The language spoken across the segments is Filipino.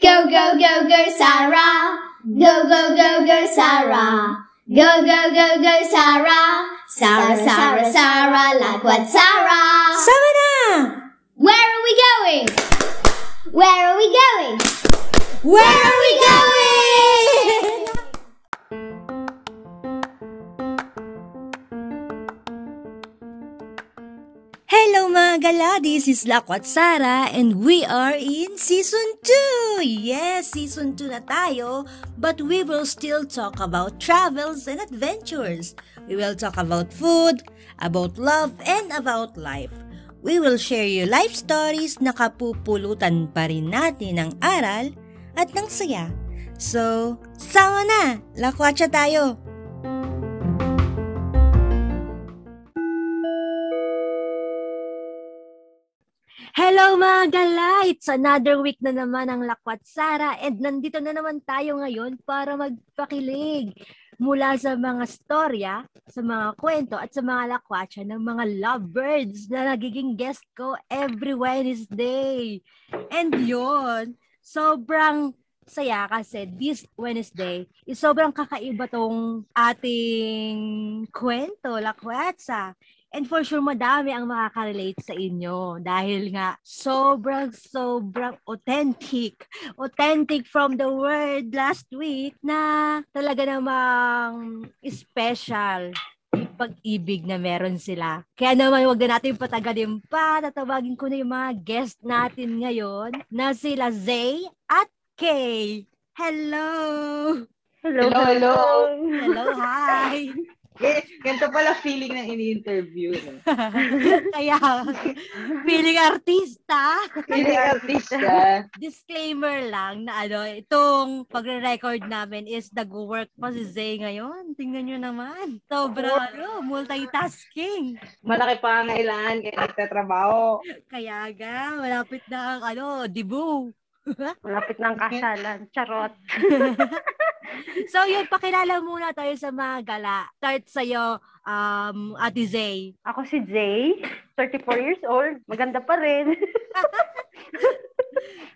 Go, go, go, go, Sarah. Go, go, go, go, Sarah. Go, go, go, go, Sarah. Sarah, Sarah, Sarah, like what Sarah? Sama na! Where are we going? Where are we going? Where are we going? Hello mga gala! This is Lakwat Sara and we are in Season 2! Yes, Season 2 na tayo but we will still talk about travels and adventures. We will talk about food, about love, and about life. We will share you life stories na kapupulutan pa rin natin ng aral at ng saya. So, sama na! Lakwatsa tayo! Hello mga gala! It's another week na naman ang Lakwat Sara and nandito na naman tayo ngayon para magpakilig mula sa mga storya, sa mga kwento at sa mga lakwatsa ng mga lovebirds na nagiging guest ko every Wednesday. And yon sobrang saya kasi this Wednesday is sobrang kakaiba tong ating kwento, lakwatsa. And for sure, madami ang makaka-relate sa inyo dahil nga sobrang, sobrang authentic. Authentic from the word last week na talaga namang special yung pag-ibig na meron sila. Kaya naman, wag na natin patagalin pa. Tatawagin ko na yung mga guest natin ngayon na sila Zay at Kay. Hello! Hello, hello. Hello, hi! Eh, ganito pala feeling ng ini-interview. No? Kaya, feeling artista. Feeling artista. disclaimer lang na ano, itong pagre-record namin is nag-work pa si Zay ngayon. Tingnan nyo naman. Sobra ano, multitasking. Malaki pa ang kailangan kaya nagtatrabaho. Kaya ga, malapit na ang ano, debut. Malapit ng kasalan. Charot. So yun, pakilala muna tayo sa mga gala. Start sa'yo, um, Ate Zay. Ako si Jay, 34 years old. Maganda pa rin.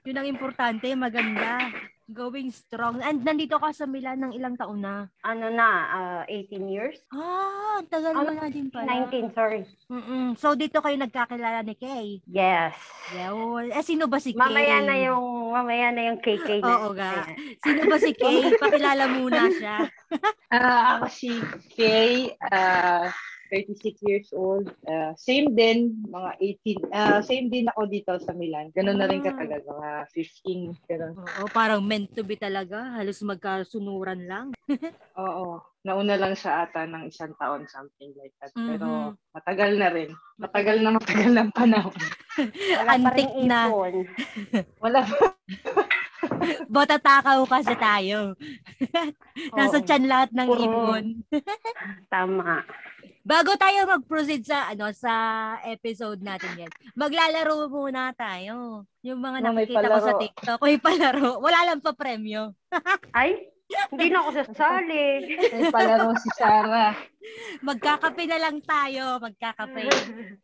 Yun ang importante, maganda. Going strong. And nandito ka sa Milan ng ilang taon na. Ano na, ah, 18 years? Ah, ang tagal mo Ano, na din pala. 19, sorry. Mm-mm. So dito kayo nagkakilala ni Kay. Yes. Yun. Eh, sino ba si Kay? Mamaya na yung, mamaya na yung KK na. Oo nga. Sino ba si Kay? Pakilala muna siya. Ah, ako si Kay, ah, 36 years old. Ah, same din, mga 18. Ah, same din ako dito sa Milan. Ganun na rin katagal, mga 15. Ganun. Oo, parang meant to be talaga. Halos magkasunuran lang. Oo. Nauna lang siya ata ng isang taon, something like that. Pero Mhm. matagal na rin. Matagal na matagal ng panahon. Wala pa rin Antik na. ipon. Wala pa. Botatakaw kasi tayo. Nasa Oo, tiyan lahat ng Oo. ipon. Tama. Bago tayo mag-proceed sa ano sa episode natin yan, maglalaro muna tayo. Yung mga Oh, may nakikita ko sa palaro. TikTok, may palaro. Wala lang pa premyo. Ay, hindi na ako sasali. May palaro si Sarah. Magkakape na lang tayo, magkakape.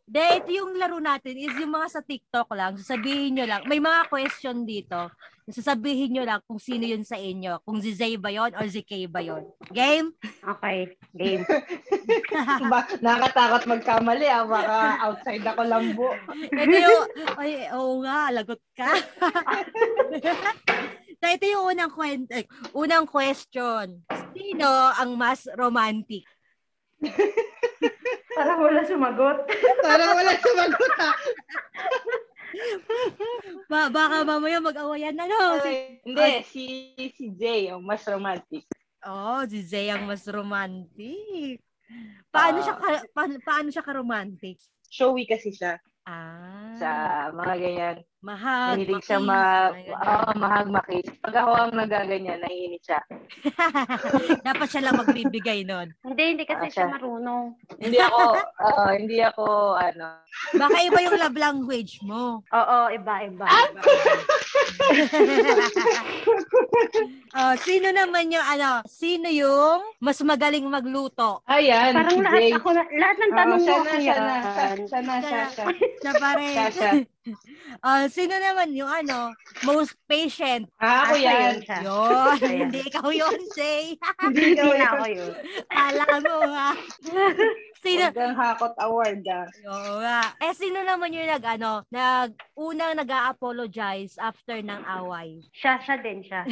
De, ito yung laro natin is yung mga sa TikTok lang. Sasabihin nyo lang. May mga question dito. Sasabihin nyo lang kung sino yun sa inyo. Kung si Zay ba yun or si Kay ba yun. Game? Okay, game. ba, nakatakot Diba? magkamali ah, baka outside ako lambo. Ito yung... Ay, oo nga, lagot ka. so, ito yung unang, kwen- eh, unang question. Sino ang mas romantic? Parang wala sumagot. Parang wala sumagot ah. Ba- baka mamaya mag-awayan na, no? Si- Hindi, si, si Jay, oh, mas romantic. Oh, si Zay ang mas romantic. Paano Ah. siya ka, pa- paano siya ka-romantic? Showy kasi siya Ah. sa mga ganyan. Ah, mahag. Mahilig siya makinis, ma, mga ganun. oh, mahag makis. Pag ako ang nagaganyan, naiinit siya. Dapat siya lang magbibigay nun. Hindi, hindi kasi Ah, siya siya. marunong. Hindi ako, oo, hindi ako, ano, Baka iba yung love language mo. Oo, iba, iba. oh, sino naman yung ano? Sino yung mas magaling magluto? ayan, Parang si lahat Jay. ako, na- lahat ng tanong mo Oo, siya ako na, siya na, siya, yan. siya na, siya, siya. Siya pa rin. Siya, siya. Ah, sino naman yung ano, most patient? Ah, ako Ako yan. yun, siya. Yun, Ayan. hindi ikaw yun, Jay. Hindi na eh. ako yun. Kala mo, ha? Sino? Hanggang hakot award ah. Oo nga. Eh, sino naman yung nag, ano, nag, unang nag-a-apologize after ng away? Siya, siya din siya.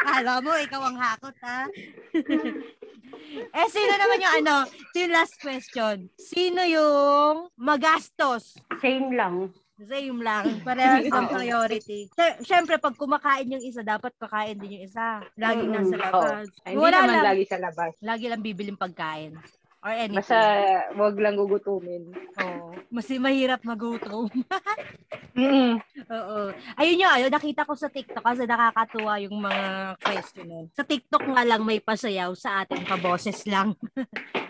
Kala mo, ikaw ang hakot, ha? eh, sino naman yung ano? Yung last question. Sino yung magastos? Same lang. Same lang. Parehas ng Oo. priority. Sy- Siyempre, pag kumakain yung isa, dapat kakain din yung isa. Laging Mm, nasa oo. labas. Ay, hindi Wala naman lang. Lagi. lagi sa labas. lang bibiling pagkain. Or anything. Basta wag lang gugutumin. Oo. Mas mahirap magutom. Mm-mm. Oo. Ayun yun, ayun, nakita ko sa TikTok kasi nakakatuwa yung mga question nun. Sa TikTok nga lang may pasayaw sa ating kaboses lang.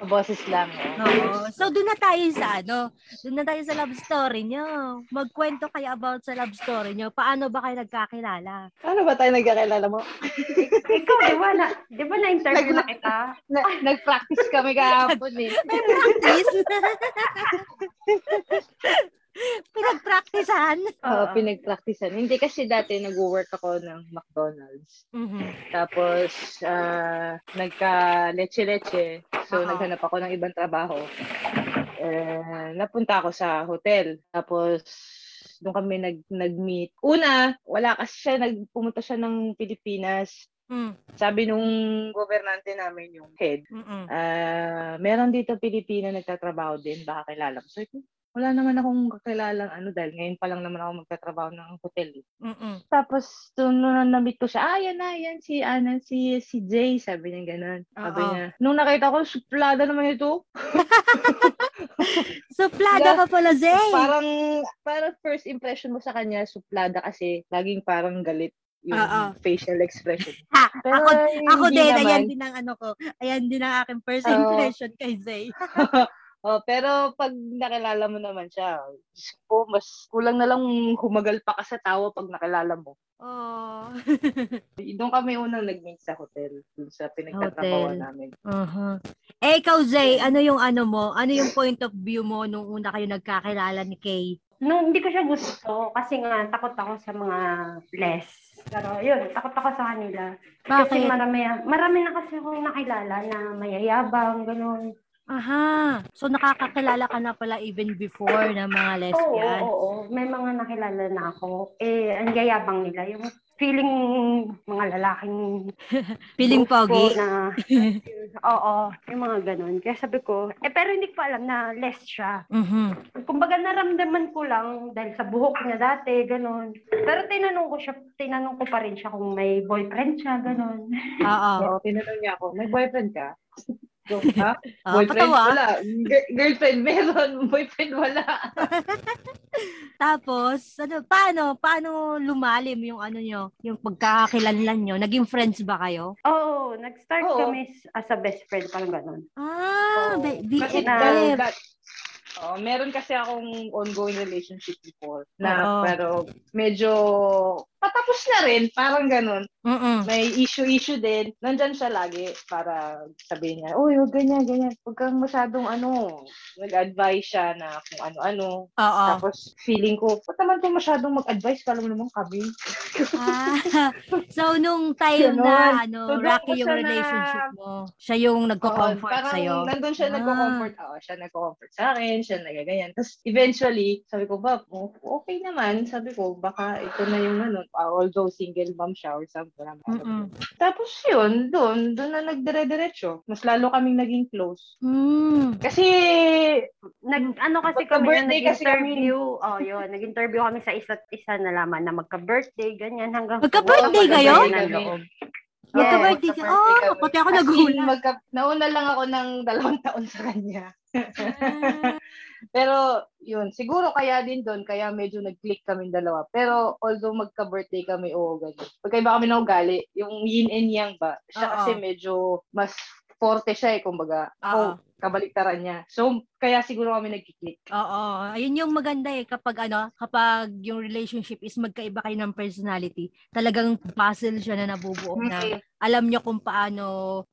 Boses lang. oh. Oo. So, doon na tayo sa ano, doon na tayo sa love story nyo. Magkwento kayo about sa love story nyo. Paano ba kayo nagkakilala? Ano ba tayo nagkakilala mo? Ikaw, di ba na, di ba na-interview na kita? Na, nag-practice kami kahapon eh. May practice? Pinagpraktisan? Oo, pinag-practicean. Hindi kasi dati nag-work ako ng McDonald's. Mhm. Tapos, ah, nagka-leche-leche. So, Aha. naghanap ako ng ibang trabaho. Eh, napunta ako sa hotel. Tapos, doon kami nag, nag-meet. Una, wala kasi siya, nagpumunta siya ng Pilipinas. Mm, Sabi nung gobernante namin yung head, mm-mm. ah, meron dito Pilipino nagtatrabaho din, baka kilala mo. So, wala naman akong kakilalang ano dahil ngayon pa lang naman ako magtatrabaho ng hotel. eh. Mm-mm. Tapos, doon nung na-meet ko siya, ah, yan na, yan, si, ano, si, si Jay, sabi niya ganun. Sabi Oo. niya, nung nakita ko, suplada naman ito. Suplada ka pala, Zay! Parang, parang first impression mo sa kanya, suplada kasi, laging parang galit yung Oo. facial expression. Ha, Pero ako- Ako din, hindi naman. ayan din ang ano ko. Ayan din ang aking first Oo. impression kay Zay. oh, pero pag nakilala mo naman siya, Diyos ko, mas kulang na lang humagal pa ka sa tawa pag nakilala mo. Oh. Doon kami unang nag-meet sa hotel, doon sa pinagtatrabaho Hotel. namin. Eh, ikaw, Zay, ano yung ano mo? Ano yung point of view mo nung una kayo nagkakilala ni Kay? Nung hindi ko siya gusto kasi nga takot ako sa mga less. Pero yun, takot ako sa kanila. Kasi Bakit? marami, marami na kasi akong nakilala na mayayabang, ganun. Aha. So, nakakakilala ka na pala even before ng mga Oo, lesbian. oo, oo. May mga nakilala na ako. Eh, ang yayabang nila. Yung feeling mga lalaking Piling group ko pogi. Na, oo, yung mga ganun. Kaya sabi ko, eh pero hindi ko pa alam na less siya. Mhm. Kumbaga naramdaman ko lang dahil sa buhok niya dati, ganun. Pero tinanong ko siya, tinanong ko pa rin siya kung may boyfriend siya, ganun. Oo. Oo, tinanong niya ako, may boyfriend ka? So, ha? Oo, Ah, boyfriend patawa. wala. Gir- girlfriend meron, boyfriend wala. Tapos, ano, paano, paano lumalim yung ano nyo, yung pagkakakilanlan nyo? Naging friends ba kayo? Oo, nag-start Oo. kami s- as a best friend, parang ganun. Ah, Oo. B- Kasi na- BFF. that, oh, meron kasi akong ongoing relationship before na Oo. pero medyo patapos na rin, parang ganun. Mm-mm. May issue-issue din. Nandyan siya lagi para sabihin niya, uy, huwag ganyan, ganyan. Huwag kang masyadong ano. Nag-advise siya na kung ano-ano. Oo. Tapos feeling ko, ba't naman ko masyadong mag-advise? Kala mo naman kami. Ah, so nung time Yun naman. na ano, So, doon rocky ko yung siya na- relationship mo, siya yung nagko-comfort parang sa'yo. nandun siya Ah. nagko-comfort. Oo, siya nagko-comfort sa akin, siya nagaganyan. Tapos eventually, sabi ko, Bob, oh, okay naman. Sabi ko, baka ito na yung ano, ah, although single mom siya or something. alam mo, alam mo. Mm-mm. Tapos yun, doon, doon na nagdire-diretso. Mas lalo kaming naging close. Mm. Kasi, Nag, ano kasi Magka- kami na birthday kasi kami. nag-interview. Oh, yun. Nag-interview kami sa isa't isa nalaman na magka-birthday, ganyan. Hanggang sa Magka-birthday buwan, kayo? magkaganda ng loob. Yes. Magka-birthday ka. magka-birthday Oh, kami. pati ako As in, nagulat. magka- nauna lang ako ng dalawang taon sa kanya. Pero, yun, siguro kaya din doon, kaya medyo nag-click kami dalawa. Pero, although magka-birthday kami, oo, ganyan. Magkaiba kami ng ugali, yung yin and yang ba? Siya Oo. kasi medyo mas forte siya eh, kumbaga. Oo. Ako, kabaliktaran niya. So, kaya siguro kami nagkiklik. Oo, ayun yung maganda eh kapag ano, kapag yung relationship is magkaiba kayo ng personality, talagang puzzle siya na nabubuo na alam nyo kung paano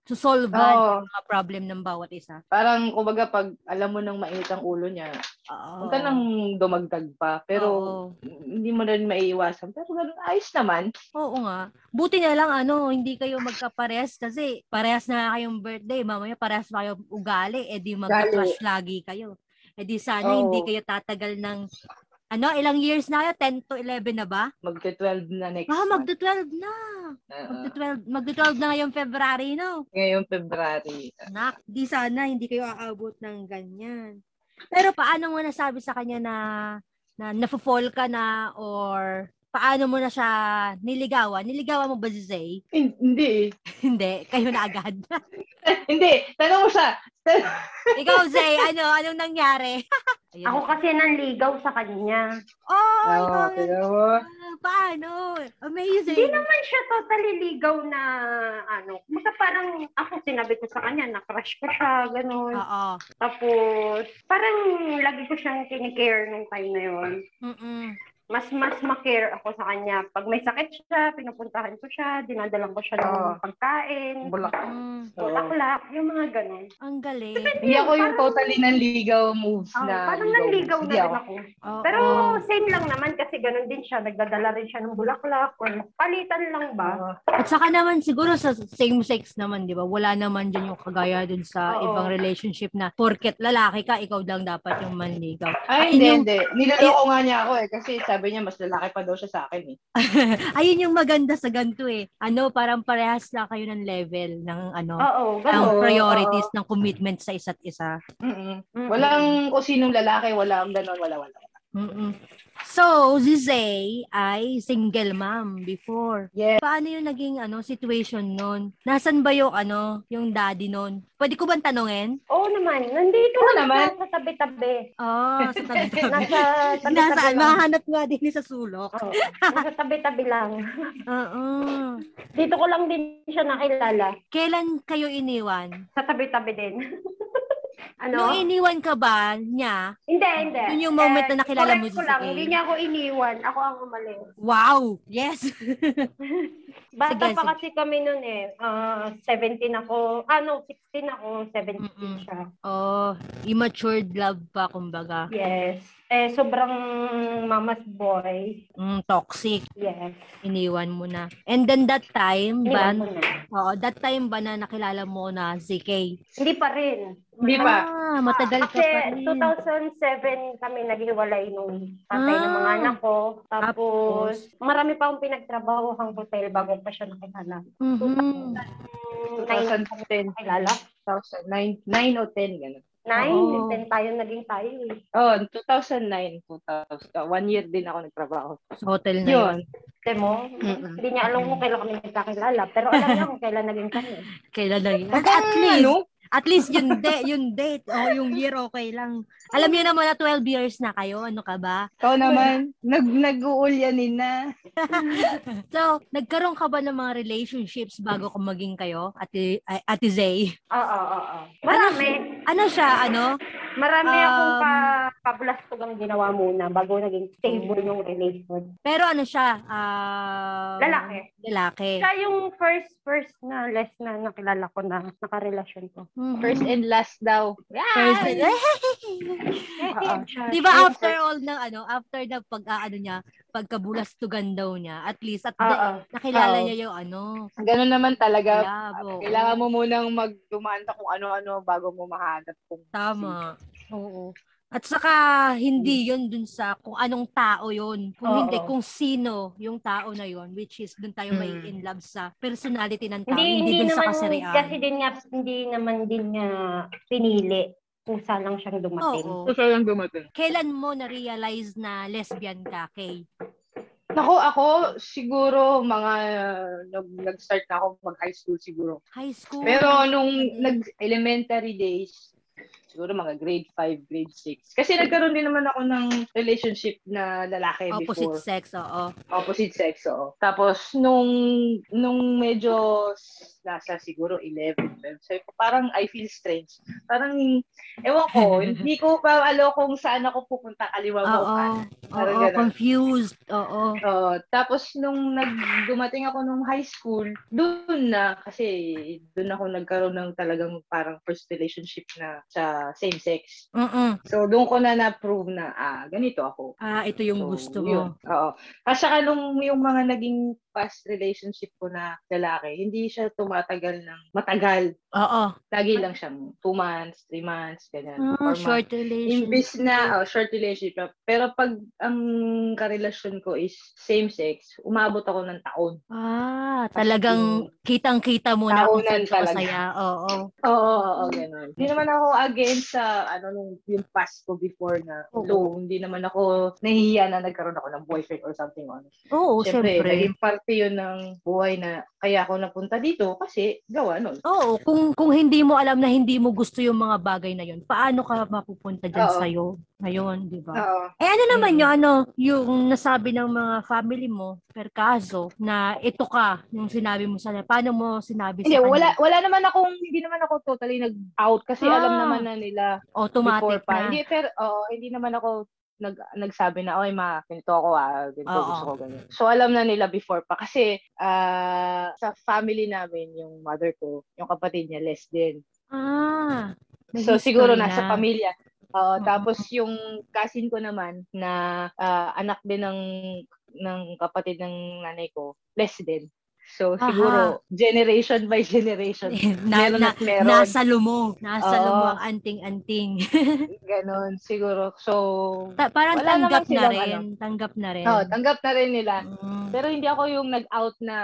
to solve Mm-hmm. Oo. mga problem ng bawat isa. Parang, kumbaga, pag alam mo nang mainit ang ulo niya, Oo. huwag ka nang dumagdag pa. Pero, Oo. hindi mo na rin maiiwasan. Pero, ganun, ayos naman. Oo nga. Buti na lang ano, hindi kayo magkaparehas kasi parehas na kayong birthday, mamaya parehas pa kayo ugali, eh di magka-crush lagi kayo. Eh di sana Oo. hindi kayo tatagal ng ano, ilang years na kayo? 10 to 11 na ba? Magka-12 na next Ah, month. magto-12 na. Oo. Magto-12, magto-12 na ngayong February, no? ngayong February. Nak, di sana hindi kayo aabot ng ganyan. Pero paano mo nasabi sa kanya na na nafo-fall ka na or paano mo na siya niligawan? Niligawan mo ba si Zay? Hin- Hindi eh. hindi, kayo na agad. Hindi. Tanong mo siya. Ikaw, Zay, ano, anong nangyari? Ayun. Ako kasi nanligaw sa kanya. Oo, Oo, Oh, ikaw yun. tignan mo. Ah, Paano? Amazing. Hindi naman siya totally ligaw na ano. Basta parang ako sinabi ko sa kanya na crush ko siya, ganun. Oo. Tapos parang lagi ko siyang kinikare nung time na yun. Mm-mm. Mas mas makare ako sa kanya. Pag may sakit siya, pinupuntahan ko siya, dinadalang ko siya ng Oo. pagkain, Bulak. Mm. Oo. bulaklak, yung mga ganun. Ang galing. Hindi ako yung totally nanligaw moves Oh, na parang ligaw nanligaw na moves. Hindi rin ako. ako. Oo. Pero same lang naman kasi ganun din siya. Nagdadala rin siya ng bulaklak or palitan lang ba? Oo. At saka naman siguro sa same sex naman, 'di ba? Wala naman dyan yung kagaya dun sa Oo. ibang relationship na porket lalaki ka, ikaw lang dapat yung manligaw. Ayun Ay, hindi, yung- hindi. Niloloko nga niya ako eh. Kasi sabi niya, mas lalaki pa daw siya sa akin eh. Ayun yung maganda sa ganito eh. Ano, parang parehas na kayo ng level ng ano, Oo, ng ganun. Oo, priorities, ng commitment sa isa't isa. Mm-mm. Mm-mm. Walang kung sinong lalaki, walang ganon, wala, wala. mm So, si Zay ay single mom before. Yes. Paano yung naging ano situation nun? Nasaan ba yung ano, yung daddy nun? Pwede ko bang tanungin? Oo naman. Nandito Oo lang naman. naman. sa tabi-tabi. Oh, sa tabi-tabi. Nasa ano? tabi-tabi Nasaan? lang. Makahanap nga din sa sulok. Oo, nasa tabi-tabi lang. Oo. Dito ko lang din siya nakilala. Kailan kayo iniwan? Sa tabi-tabi din. ano? Nung iniwan ka ba niya? hindi, hindi. Eh, Yun yung moment na nakilala mo correct si ko lang. Zay. Hindi niya ako iniwan. Ako ang umalis. Wow! Yes! Bata Sige, pa sige. kasi kami noon eh. Ah, 17 ako. Ah, no, 16 ako. 17 Mm-mm. siya. oh, immatured love pa, kumbaga. Yes. Eh, sobrang mama's boy. Mm, toxic. Yes. Iniwan mo na. And then that time, ba, Iniwan ko na. Oo, that time ba na nakilala mo na si Kay? Hindi pa rin. Hindi pa. Ah, matagal ka Kasi pa rin. 2007 kami naghiwalay nung tatay ng mga Ah. anak ko. Tapos, marami pa akong pinagtrabaho ang hotel bago pa siya nakilala. Mm, Mhm. 2009 2010, nakilala. 2009, 9 o 10, ganon. 9, Oo. 10 tayo naging tayo eh. Oh, 2009, 2000. Uh, One year din ako nagtrabaho. Sa hotel na yun. Yun. Demo, Mm-mm. hindi niya alam kung kailan kami nagkakilala. Pero alam niya kung kailan naging kami. Kailan na yun. At, Baka, at least, ano, at least yung, de- yung date, o yung year, okay lang. Alam niyo naman na 12 years na kayo, ano ka ba? Ikaw naman, nag nag-uulyanin na. So, nagkaroon ka ba ng mga relationships bago ka maging kayo, Ate, ay, Ate Zay? Oo, oo, oo. Marami. Ano siya, ano? Marami akong Um, pa, pabulastugang ginawa muna bago naging stable yung relation. Pero ano siya? ah, Lalaki. Lalaki. Siya yung first, first na less na nakilala ko na nakarelasyon ko. Mhm. First and last daw. Yeah. First Oo, siya. Di ba after all ng ano, after na pag ah, ano niya, pagkabulastugan daw niya, at least at Oo. nakilala ah, Oo. niya yung ano, Ganun naman talaga. love. oo. Kailangan mo munang magdumaan sa kung ano-ano bago mo mahanap kung Tama. Oo. At saka hindi yon dun sa kung anong tao yon kung Hmm. Oo. hindi kung sino yung tao na yon which is dun tayo may Mm. in love sa personality ng tao Hmm. Hindi, hindi, hindi, dun sa naman, kasarian. kasi din niya, hindi naman din niya pinili. Kusa lang siyang dumating. Oo. Gusto lang dumating. Kailan mo na-realize na lesbian ka, Kay? Nako, ako siguro mga nag- nag-start na ako mag-high school siguro. High school? Pero nung nag-elementary days, siguro mga grade 5, grade 6. Kasi nagkaroon din naman ako ng relationship na lalaki Opposite before. sex, oo. Opposite sex, oo. Tapos, nung, nung medyo s- nasa siguro 11, 12. So, parang I feel strange. Parang, ewan ko, hindi ko pa alo kung saan ako pupunta, kaliwa mo Oo. ka. Parang Oo, ganun. confused. Oo. Oo. tapos nung nag dumating ako nung high school, doon na kasi doon ako nagkaroon ng talagang parang first relationship na sa same sex. Mm-mm. So doon ko na na-prove na ah ganito ako. Ah, ito yung So, gusto yun. mo. Oo. At saka nung yung mga naging past relationship ko na lalaki, hindi siya tumatagal ng matagal. Oo. Lagi lang siyang 2 months, 3 months, ganyan. Ah, four months. short relation. Imbis na oh, short relationship. Pero pag ang karelasyon ko is same sex, umabot ako ng taon. Ah, talagang kitang-kita mo na kung Taunan saan ka talaga. masaya. Oo. Oo, oo, oo, ganun. Hindi naman ako against sa ano nung yung past ko before na Oo. low. Hindi naman ako nahihiya na nagkaroon ako ng boyfriend or something on. Oo, Oh, Siyempre, syempre. naging parte yun ng buhay na kaya ako napunta dito kasi gawa nun. Oo, kung kung hindi mo alam na hindi mo gusto yung mga bagay na yun, paano ka mapupunta diyan Oo. sa Ngayon, 'di ba? Oo. Eh ano naman Mm. yung ano, yung nasabi ng mga family mo per kaso na ito ka, yung sinabi mo sa paano mo sinabi sa Hindi, kanila? wala, wala naman akong, hindi naman ako totally nag-out kasi alam Ah. naman na nila automatic before pa. na. Hindi, pero oo, hindi naman ako nag nagsabi na, oy ma, ganito ako ah, ganito Oo. gusto ko ganyan. So alam na nila before pa kasi ah, sa family namin yung mother ko, yung kapatid niya less din. Ah. may So siguro history nasa na. pamilya. Oo. Oo, tapos yung cousin ko naman na ah, anak din ng ng kapatid ng nanay ko, less din. So Aha. siguro generation by generation. na, meron na, at meron. nasa lumo, nasa Oo. lumo ang anting-anting. Ganon siguro. So Ta- parang Wala naman tanggap na silang rin, tanggap na rin. oh, tanggap na rin nila. Mm. Pero hindi ako yung nag-out na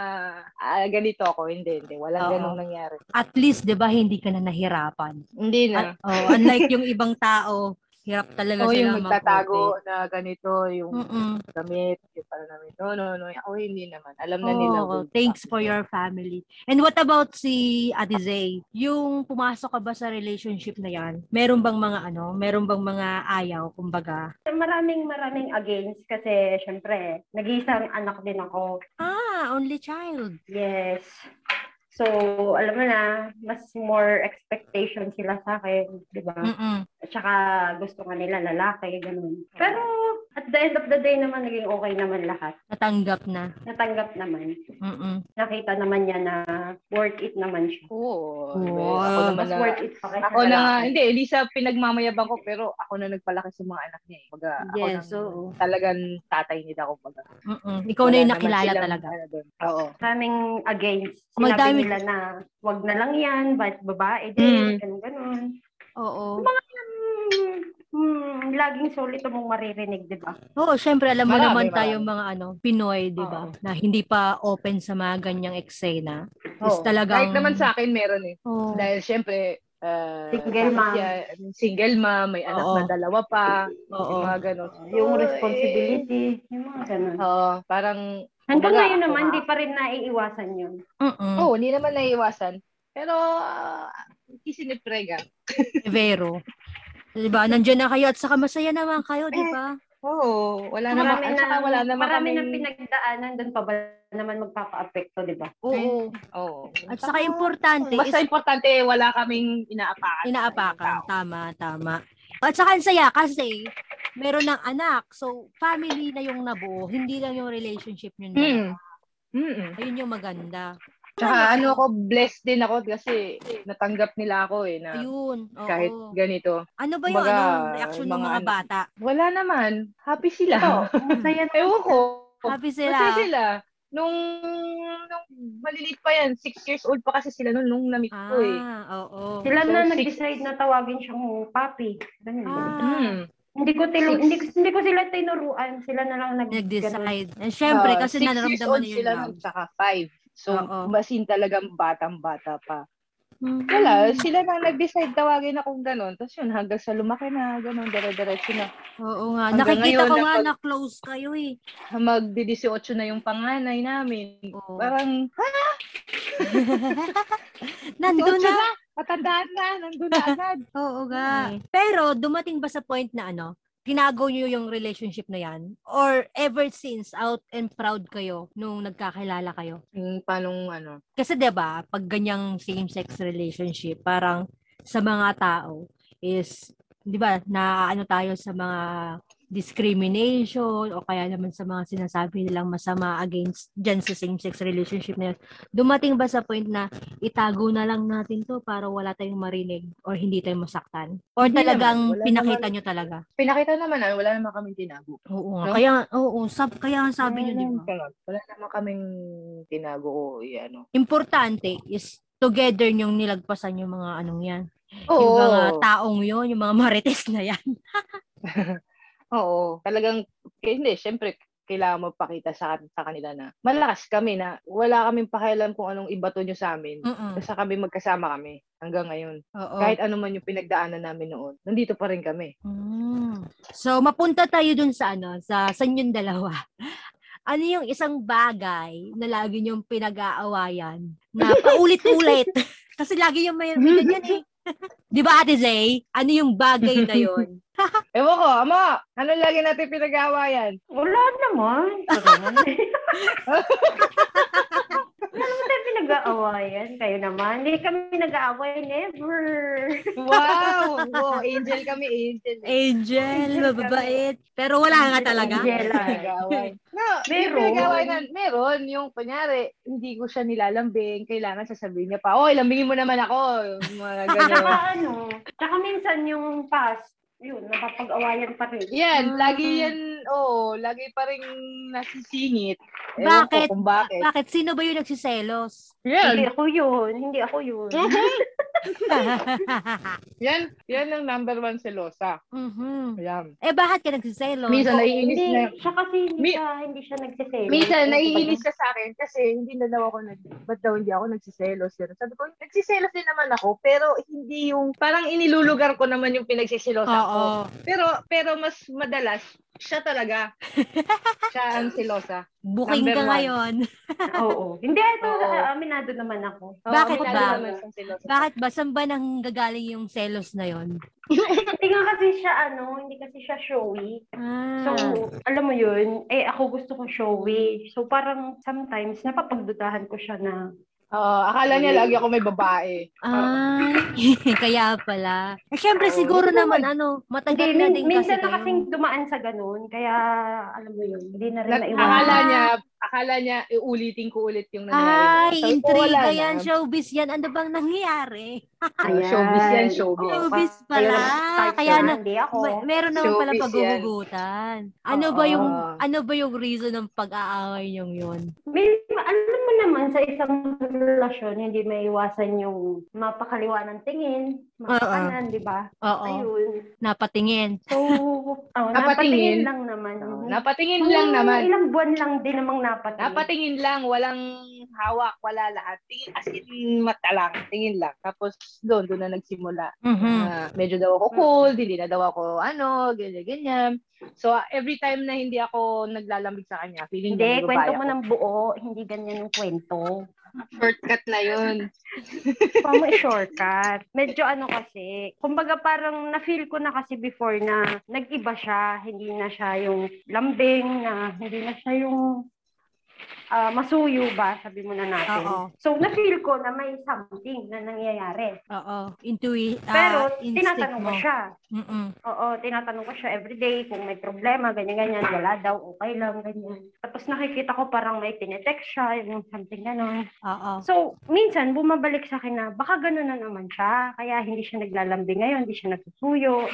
ah, ganito ako. Hindi, hindi. Walang Oo. ganong nangyari. At least, 'di ba, hindi ka na nahirapan. Hindi na. At, oh, unlike yung ibang tao, hirap talaga o sila yung magtatago mag-open. na ganito, yung Mm-mm. damit, yung parang namin, no, no, no. Ako hindi naman. Alam na nila. Oh, kung- thanks for your family. And what about si Ate Zay? Yung pumasok ka ba sa relationship na yan? Meron bang mga ano? Meron bang mga ayaw, kumbaga? Maraming maraming against kasi syempre, nag-iisang anak din ako. Ah, only child. Yes. So, alam mo na, mas more expectation sila sa akin, di Hmm. ba? Mm-mm. At saka gusto nga nila lalaki, ganun. Hmm. Pero at the end of the day naman, naging okay naman lahat. Natanggap na. Natanggap naman. Mm-mm. Nakita naman niya na worth it naman siya. Oo. Wow. Ako naman Mas na. worth it pa kaysa Oh, Ako na nga, eh. lalaki. hindi, hindi sa pinagmamayabang ko, pero ako na nagpalaki sa mga anak niya. Eh. Kumbaga, ako Yes, nang oo. talagang tatay nila. Kumbaga. Mm-mm. Ikaw na yung Wala naman nakilala silang talaga. ano doon. Oo. Maraming against. Sinabi Magdami- nila na wag na lang yan, ba't babae Hmm. din, ganun, ganun. Oo. Hmm, hmm, laging solito mong maririnig, di ba? Oo, syempre alam mo Marami, naman marami. tayo mga ano, Pinoy, 'di ba? Na hindi pa open sa mga ganyang eksena. Is Oo. talagang Kahit naman sa akin, meron eh. Oo. Dahil syempre, ah, Single mom. siya- single mom, may anak Oo. na dalawa pa, Oo. mga ganon. Yung Oo, responsibility, yung mga ganun. eh, Oo, parang, Hanggang Kumbaga, ngayon naman, ako ah. nga. di pa rin naiiwasan yun. Mm-mm. oo, hindi naman naiiwasan. Pero, uh, isiniprega. Vero. 'Di ba? Nandiyan na kayo at saka masaya naman kayo, 'di ba? Oo, wala naman, Marami at na, saka wala naman marami kaming- na pinagdaanan, doon pa ba naman magpapa-apekto, di ba? Oo, oo. At saka importante Basta is importante, wala kaming inaapakan. inaapakan. Tama, tama. At saka ang saya kasi meron ng anak. So, family na yung nabuo. Hindi lang yung relationship nyo. na. Mm. Mm-mm. Ayun yung maganda. Tsaka ano ako, blessed din ako kasi natanggap nila ako eh na Ayun. Oo. kahit ganito. ano ba yung kumbaga, ano, reaction ng mga mga ano- bata? Wala naman. Happy sila. Masaya Ewan ko. Happy Masaya sila. sila. Nung, nung malilit pa yan, six years old pa kasi sila nun, nung na-meet ko eh. Ah, oo. Sila na So, six- nag-decide na tawagin siyang papi. Ganun. Ah, Mm. Hindi ko tinu- Six. hindi, ko- hindi ko sila tinuruan, sila na lang nag ganun. nag-decide. And syempre, Ah, kasi six nanaramdaman na years old yun sila lang. nun, tsaka five. So, Oo. basin talagang batang-bata pa. Mm. Wala, sila na nag-decide tawagin akong ganun. Tapos yun, hanggang sa lumaki na, ganun, dire-diretso na. Oo nga. Hanggang Nakikita ngayon, ko nga napag- na close kayo eh. Magdi-18 na yung panganay namin. Oo. Parang, ha, Nandun 18 na. na, eh. matandaan na, nandun na agad. Oo nga. Pero dumating ba sa point na ano, tinago niyo yung relationship na yan? Or ever since, out and proud kayo nung nagkakilala kayo? Yung paanong ano, Kasi 'di ba pag ganyang same-sex relationship, parang sa mga tao is, di ba, na ano tayo sa mga discrimination o kaya naman sa mga sinasabi nilang masama against dyan sa same-sex relationship na yun. Dumating ba sa point na itago na lang natin to para wala tayong marinig or hindi tayo masaktan? Or Hindi naman, talagang wala pinakita nyo talaga? pinakita naman namin, wala naman kaming tinago. Oo nga. No? Kaya, oo, sab, kaya ang sabi nyo, di ba? Ganun. Wala naman kaming tinago eh, ano. o i-ano. Importante is together yung nilagpasan yung mga anong yan. Yung Oo. mga taong yon yung mga marites na yan. Oo, talagang, k- hindi, syempre, kailangan magpakita sa, sa kanila na malakas kami na wala kaming pakialam kung anong ibato nyo sa amin. Mm-mm. Basta kami magkasama kami hanggang ngayon. Oo. Kahit ano man yung pinagdaanan namin noon, nandito pa rin kami. Mm. So, mapunta tayo dun sa ano, sa sa inyong dalawa. Ano yung isang bagay na lagi niyong pinag-aawayan na paulit-ulit? Kasi lagi yung may may ganyan eh. Di ba Ate Zay? Ano yung bagay na yon? Ewan ko, ama, ano lagi natin pinag-aawayan? Wala naman. Ito naman. Wala naman tayo pinag-aawayan. Kayo naman. Hindi kami nag-aaway. Never. Wow! wow, angel kami, angel. Angel, mababait. Pero wala nga talaga. Angela. Pinag-aaway. No, Meron. meron. Yung meron. Yung, kunyari, hindi ko siya nilalambing. Kailangan sasabihin niya pa, oh, lambingin mo naman ako. Yung Mga ganyan. Tsaka ano, tsaka minsan yung past, yun, napapag-awayan pa rin. Mm-hmm. yan, lagi yan, oo, lagi pa rin nasisingit. Ewan Bakit? Ko kung bakit. Bakit? Sino ba yung nagsiselos? Hindi ako yun. Hindi ako yun. yan, yan ang number one selosa. Mhm. Yan. Eh, bakit ka nagsiselos? Minsan naiinis Hindi, na. siya kasi hindi Mi- siya, hindi siya nagsiselos. Minsan, naiinis siya sa akin kasi hindi na daw ako, nag, ba't daw hindi ako nagsiselos? Pero sabi ko, nagsiselos din naman ako, pero hindi yung, parang inilulugar ko naman yung pinagsiselos ako. Oo. Pero, pero mas madalas, siya talaga. siya ang silosa. Booking Number ka one. ngayon. Oo. Hindi, ito, Oo. ah, aminado naman ako. Oo, Bakit minado ba? naman siyang silosa. Bakit ba? Saan ba nang gagaling yung selos na yon? Hindi nga kasi siya, ano, hindi kasi siya showy. So, Ah. alam mo yun, eh ako gusto ko showy. So, parang sometimes napapagdudahan ko siya na Oo, akala niya lagi ako may babae. ah. kaya pala. Eh, syempre, Oo. siguro naman, ano, matagal Hindi, na min- din kasi minsan na kayo. kasing dumaan sa ganun, kaya alam mo yun, hindi na rin Nag- naiwan. akala niya, akala niya, iulitin ko ulit yung nangyari. Ay, noon. Sabi ko, wala intriga na. yan. Showbiz yan. Ano bang nangyari? Ayan. Showbiz yan, showbiz. Oo, Showbiz kaya pala. naman type Kaya ko, na, Hindi ako. Ma- meron naman pala Showbiz yan. paghuhugutan. Ano ba yung Oo. ano ba yung reason ng pag-aaway niyong yun? May, alam mo naman, sa isang relasyon, hindi maiwasan yung mapakaliwa ng tingin, mapakanan, di ba? Oo, Ayun. napatingin. So, oh, napatingin Napatingin. lang naman. Oo, Napatingin lang naman. Ilang buwan lang din namang napatingin. Napatingin lang, walang hawak, wala lahat. Tingin, as in, mata lang, tingin lang. Tapos doon, doon na nagsimula. Mhm. Na medyo daw ako cold, hindi na daw ako ano, ganyan, ganyan. So ah, every time na hindi ako naglalamig sa kanya, feeling Hindi, niya may kwento babae mo ako. ng buo, hindi ganyan yung kwento. Shortcut na yun. Pamo shortcut. Medyo ano kasi, kumbaga parang na-feel ko na kasi before na nag-iba siya, hindi na siya yung lambing na, hindi na siya yung ah, masuyo ba, sabi mo na natin. Oo. So, na-feel ko na may something na nangyayari. Oo, intuition. Pero, tinatanong ko siya. Mm-mm. Oo, tinatanong ko siya everyday kung may problema, ganyan-ganyan, wala daw, okay lang, ganyan. Tapos nakikita ko parang may tinetext siya, yung something gano'n. Oo. So, minsan bumabalik sa akin na baka gano'n na naman siya, kaya hindi siya naglalambing ngayon, hindi siya nagsusuyo.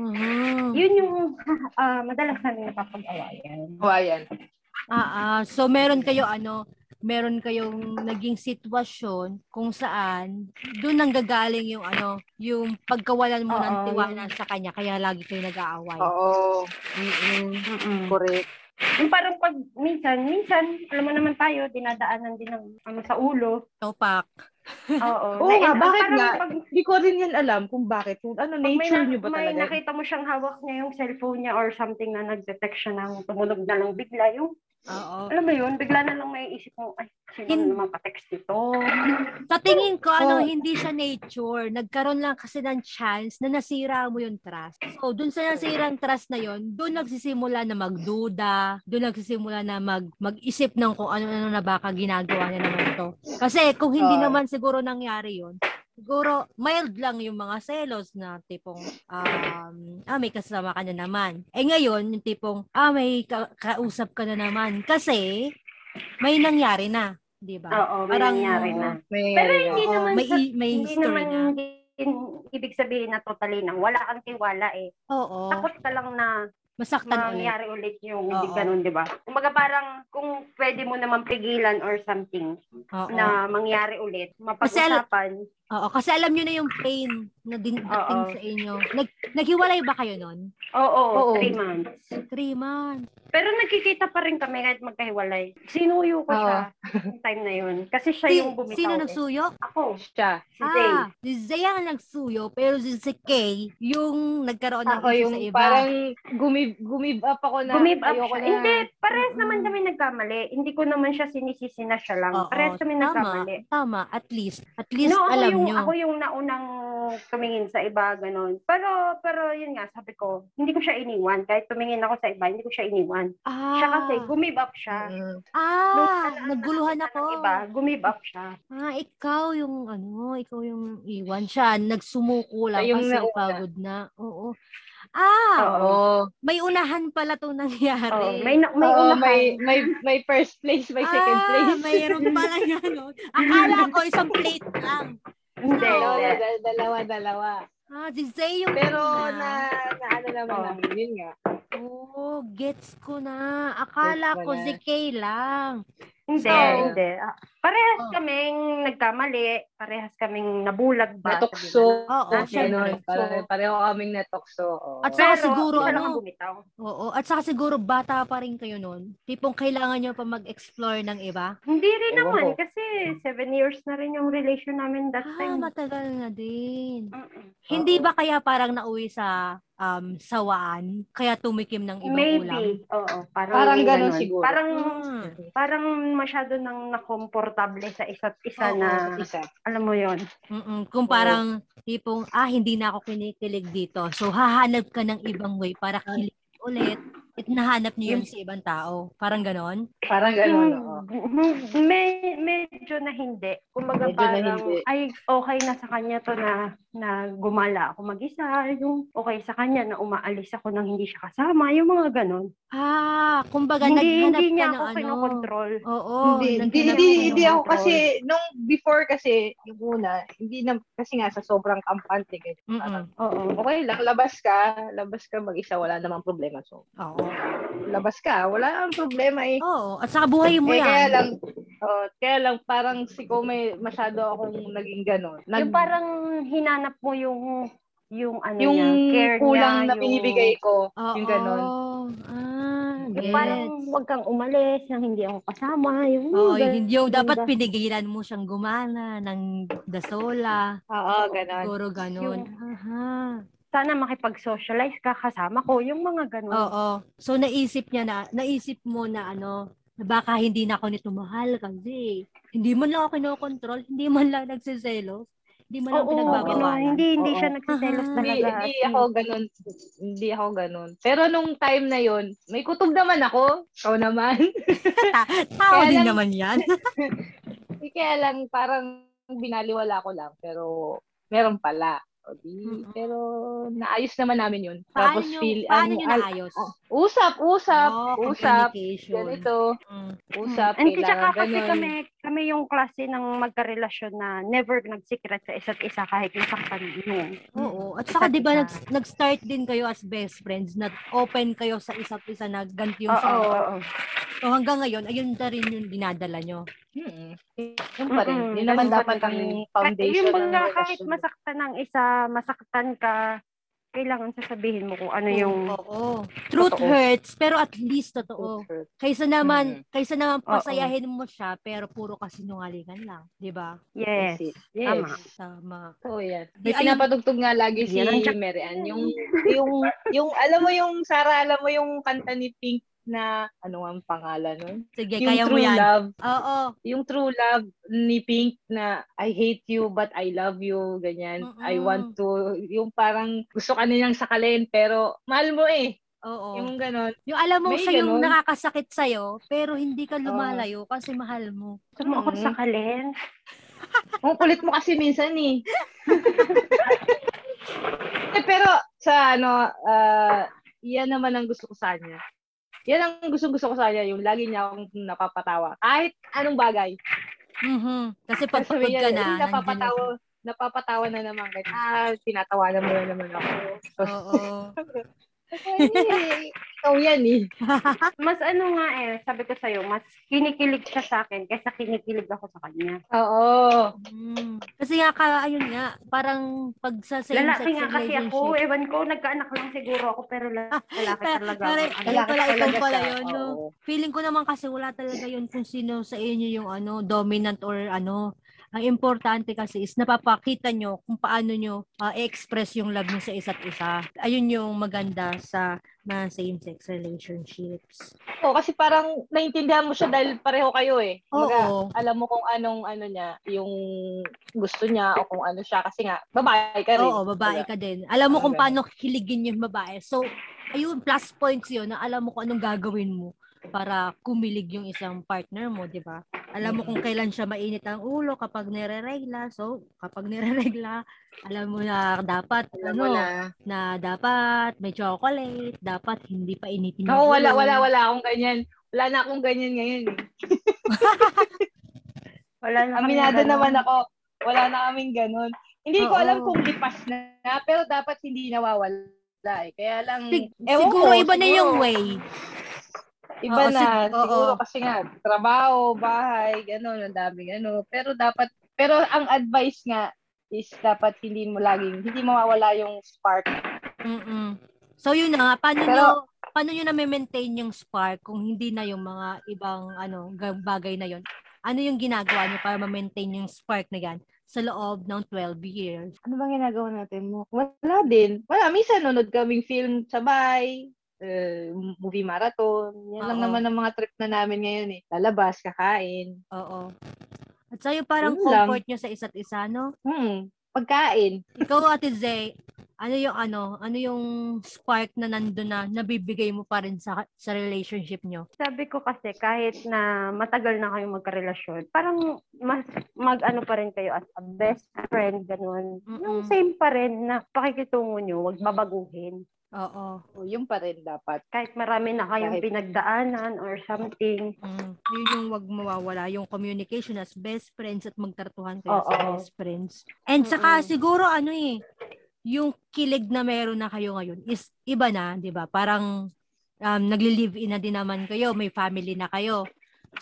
Mhm. Yun yung ah, madalas namin napapag-awayan. Oh, ayan. Ah, ah. so meron kayo ano, meron kayong naging sitwasyon kung saan doon nanggagaling yung ano, yung pagkawalan mo ng Oo. tiwala sa kanya kaya lagi kayo nag-aaway. Oo, Mm-mm. correct. Yung parang pag minsan, minsan, alam mo naman tayo, dinadaanan din ng ano, sa ulo. Topak. Oo. Oo Na- nga, and bakit parang nga? Pag, Hindi ko rin yan alam kung bakit. Kung pag ano, may, nature na- niyo ba may talaga? nakita mo siyang hawak niya yung cellphone niya or something na nag-detect siya ng tumunog na lang bigla yung, Oo. alam mo yun, bigla na lang may isip mo, ay, sino Hin- naman pa-text ito? Sa tingin ko, ano, Oo. hindi siya nature. Nagkaroon lang kasi ng chance na nasira mo yung trust. So, dun sa nasirang trust na yon dun nagsisimula na magduda, dun nagsisimula na mag, mag-isip ng kung ano-ano na baka ginagawa niya naman to. Kasi kung hindi Oo. naman siguro nangyari yon siguro mild lang yung mga selos na tipong, um, ah, may kasama ka na naman. Eh ngayon, yung tipong, ah, may ka- kausap ka na naman. Kasi, may nangyari na. Di ba? Oo, may Parang, nangyari na. May- Pero hindi Oo. naman may, sa- i- may Hindi history naman na. din ibig sabihin na totally nang wala kang tiwala eh. Oo. Takot ka lang na Masaktan ulit. mangyari ulit yung hindi Oo. ganun, di ba? Kumbaga parang kung pwede mo naman pigilan or something Oo. na mangyari ulit, mapag-usapan. Oo. Kasi alam nyo na yung pain na din dating Oo. sa inyo. Nag, naghiwalay ba kayo nun? Oo, Oo. three months. Three months. Pero nagkikita pa rin kami kahit magkahiwalay. Sinuyo ko Oo. siya yung time na yun. Kasi siya Si- yung bumitaw. sino eh. nagsuyo? Ako, Siya. si Jay. Ah, si Zay ang nagsuyo, pero si si Kay, yung nagkaroon ng Ako issue yung sa iba. parang gumi- gumib up ako na. Gumib up ayoko siya. na. ah, Hindi, pares Mm-mm. naman kami nagkamali. Hindi ko naman siya sinisisi na siya lang. Mm. Oo, Pares kami tama, nagkamali. tama. At least, at least no, ako alam yung, nyo. Ako yung naunang tumingin sa iba, ganun. Pero, pero yun nga, sabi ko, hindi ko siya iniwan. Kahit tumingin ako sa iba, hindi ko siya iniwan. ah, Siya kasi, gumib up siya. Mm-mm. Nung ah, nalaan- naguluhan nakita ako. ng Iba, gumib up siya. Ah, ikaw yung ano, ikaw yung iwan siya, nagsumuko lang Siya yung kasi nauna. pagod na. Oo. Ah, Oo. may unahan pala 'tong Oo, nangyari. Oh, may, na- may Oo, unahan. may, may, may first place, may second ah, place. mayroon pala yan. No? Akala ko isang plate lang. Hindi, Dalawa, hindi. dal- dalawa, dalawa. Ah, si Zay yung Pero na, una. na ano naman Ah. Oo. namin, yun nga. Oo, gets ko na. Akala Gets mo ko na. si Kay lang. Hindi, So- hindi. Ah, Oh. Parehas kaming nagkamali. Parehas kaming nabulag ba. Natukso. Oo, Ah, syempre. Ganun, pare- pareho kaming natukso. oo. At sa- Pero, siguro, isa lang ano, ang bumitaw. Oo, at saka siguro bata pa rin kayo noon. Tipong kailangan niyo pa mag-explore ng iba. Hindi rin Ewan naman. ko. Kasi seven years na rin yung relation namin that Ah, time. matagal na din. Mm-mm. Hindi Oo. ba kaya parang nauwi sa um, sawaan, kaya tumikim ng ibang ulam? Maybe. Oo, parang, Parang yung ganun siguro. Parang, mm. Ah, parang masyado nang nakomportable sa isa't isa Oo. na, Isa. alam mo yon mm-mm. Kung Oo. parang tipong, ah, hindi na ako kinikilig dito. So, hahanap ka ng ibang way para Ah. kilig ulit. At nahanap niyo yun sa ibang tao. Parang ganon? Parang ganun, Hmm. oo. May, medyo na hindi. Kumbaga Medyo na parang, hindi. ay, okay na sa kanya to na, na gumala ako mag-isa. Yung okay sa kanya na umaalis ako nang hindi siya kasama. Yung mga ganun. Ah, kumbaga, hindi, naghanap hindi ka niya ng ako ano. kinokontrol. Oo. hindi, hindi, naghanap hindi, ka ng hindi ako control. kasi, nung before kasi, yung una, hindi na, kasi nga sa sobrang kampante, ganyan. Mm-mm. Oo. okay lang, labas ka, labas ka mag-isa, wala namang problema. So, Oo. labas ka, wala namang problema eh. Oo. At saka buhay mo eh, kaya yan. lang, oh, kaya lang parang si ko may masyado akong naging ganon. Nag- yung parang hinanap mo yung yung ano yung niya, care niya, kulang na binibigay ko, Oo. yung ganon. Eh, Ah, Yung, gets. yung Eh, parang huwag kang umalis nang hindi ako kasama. Yung, Oo, ganun. Diba? yun, yung dapat Ganda. pinigilan mo siyang gumana ng dasola. Oo, ganon. Siguro ganun. Aha. sana makipag-socialize ka kasama ko. Yung mga ganun. Oo. So, naisip niya na, naisip mo na ano, na baka hindi na ako nito mahal kasi hindi man lang ako kinokontrol, hindi man lang nagsiselos, hindi man lang Oo, pinagbabawalan. ganun. Hindi, hindi Oo. siya nagsiselos Aha. talaga. Hindi, as hindi in. ako ganon. Hindi ako ganon. Pero nung time na yon may kutob naman ako. Ikaw naman. Tao Kaya din lang- naman yan. Di kaya lang, parang binaliwala ko lang, pero meron pala. O di, Mm-mm. pero naayos naman namin yun. paano Tapos nyo, feel, paano ano, nyo Oh, al- naayos? usap, usap, Oo, usap, communication. ganito, Mm. usap, And tsaka kailangan kasi ganun. kami, kami yung klase ng magkarelasyon na never nagsikret sa isa't isa kahit nasaktan mo. Mm. Oo. At saka, di ba, Isa-isa. nag- nag-start din kayo as best friends, nag-open kayo sa isa't isa na ganti yung Oo, sa oo, oo. So hanggang ngayon, ayun na rin yung dinadala nyo. Mm-mm. Yun pa rin. Mm-mm. Yun naman Ganun pa dapat rin. ang foundation. Yung ng mga relasyon. kahit masaktan ng isa, masaktan ka, kailangan sasabihin mo kung ano yung Oo. Truth Totoo. hurts, pero at least totoo. Truth hurts. Kaysa naman, kaysa naman Oo. pasayahin mo siya, pero puro kasinungalingan lang. Di ba? yes. Yes. Tama. Tama. Oo, yan. May Ay, pinapatugtog nga lagi si Yan ang tsak- Mary Ann. Yung, yung, yung, alam mo yung, Sarah, alam mo yung kanta ni Pink na, ano ang pangalan nun? Sige, Yung kaya mo True yan. Love. Oo. Yung True Love ni Pink na, I hate you but I love you, ganyan. Mm-mm. I want to, yung parang gusto ka nilang sakalin pero mahal mo eh. Oo. Yung, Yung ganon. alam mo May siya yung ganun. nakakasakit sa'yo, pero hindi ka lumalayo kasi mahal mo. Gusto mo ako Mm. sakalin? Ang kulit mo kasi minsan eh. eh pero sa ano, ah, yan naman ang gusto ko sa kanya. Yan ang gusto gusto ko sa kanya, yung lagi niya akong napapatawa. Kahit anong bagay. Mhm. Kasi pag pagod Sasabihin niya, ka "Eh, na, nandiyan napapatawa, na siya. napapatawa na naman kayo. Ah, tinatawanan mo na naman ako. Tapos, Oo. eh, ikaw yan eh. Mas ano nga eh, sabi ko sa'yo, mas kinikilig siya sa akin kaysa kinikilig ako sa kanya. Oo. Mm. Kasi nga, ka, ayun nga, parang pag sa same sex Lalaki nga kasi ako, eh. ewan ko, nagkaanak lang siguro ako, pero la- lalaki Pero- talaga pero- ako. Kaya Lalaki pala ikaw talaga pala siya. yun, no? Oo. Feeling ko naman kasi wala talaga yun kung sino sa inyo yung ano, dominant or ano. Ang importante kasi is napapakita nyo kung paano nyo ah, i-express yung love nyo sa isa't isa. Ayun yung maganda sa mga same-sex relationships. Oo, kasi parang naintindihan mo siya dahil pareho kayo eh. Kumbaga, Oo. alam mo kung anong ano niya, yung gusto niya o kung ano siya kasi nga babae ka rin. Oo, babae ka din. Alam mo kung Wala. Ah, paano kiligin yung babae. So, ayun, plus points yun na alam mo kung anong gagawin mo para kumilig yung isang partner mo, di ba? Alam mo kung kailan siya mainit ang ulo kapag nireregla. So, kapag nireregla, alam mo na dapat, Alam ano, mo na. na. dapat may chocolate, dapat hindi pa initin Ako yung wala ulo. wala wala akong ganyan. Wala na akong ganyan ngayon. eh. Ano, Wala na kami Aminado ganun. naman ako. Wala na kaming ganun. Hindi ko Oo. alam kung lipas na, pero dapat hindi nawawala eh. Kaya lang, Sig- ewan siguro ko, iba na siguro. yung way. Iba Oo, na, sig- oo. siguro kasi nga, trabaho, bahay, gano'n, ang daming ano. Pero dapat, pero ang advice nga is dapat hindi mo laging, hindi mawawala yung spark. mm So yun na nga, paano Pero- nyo, paano nyo na-maintain yung spark kung hindi na yung mga ibang ano, ga- bagay na yun? Ano yung ginagawa nyo para ma-maintain yung spark na yan sa loob ng 12 years? Ano bang ginagawa natin mo? Wala din. Wala, minsan nunod kaming film sabay, eh, movie marathon. Yan lang Oo. naman ang mga trip na namin ngayon eh. Lalabas, kakain. Oo. At sa'yo parang Yun lang. comfort nyo sa isa't isa, no? Hmm, pagkain. Ikaw, Ate Zay, ano yung ano, ano yung spark na nandun na nabibigay mo pa rin sa, sa relationship nyo? Sabi ko kasi kahit na matagal na kayong magkarelasyon, parang mas mag-ano pa rin kayo as a best friend, ganun. Mm-mm. Yung same pa rin na pakikitungo nyo, wag babaguhin. Oo. O, yung Oh, pa rin dapat. Kahit marami na kayong Kahit- pinagdaanan or something. Mm. Yun yung wag mawawala, yung communication as best friends at magtartuhan kayo Oo. sa best friends. And saka siguro ano eh, yung kilig na meron na kayo ngayon is iba na, 'di ba? Parang um, nagli-live in na din naman kayo, may family na kayo.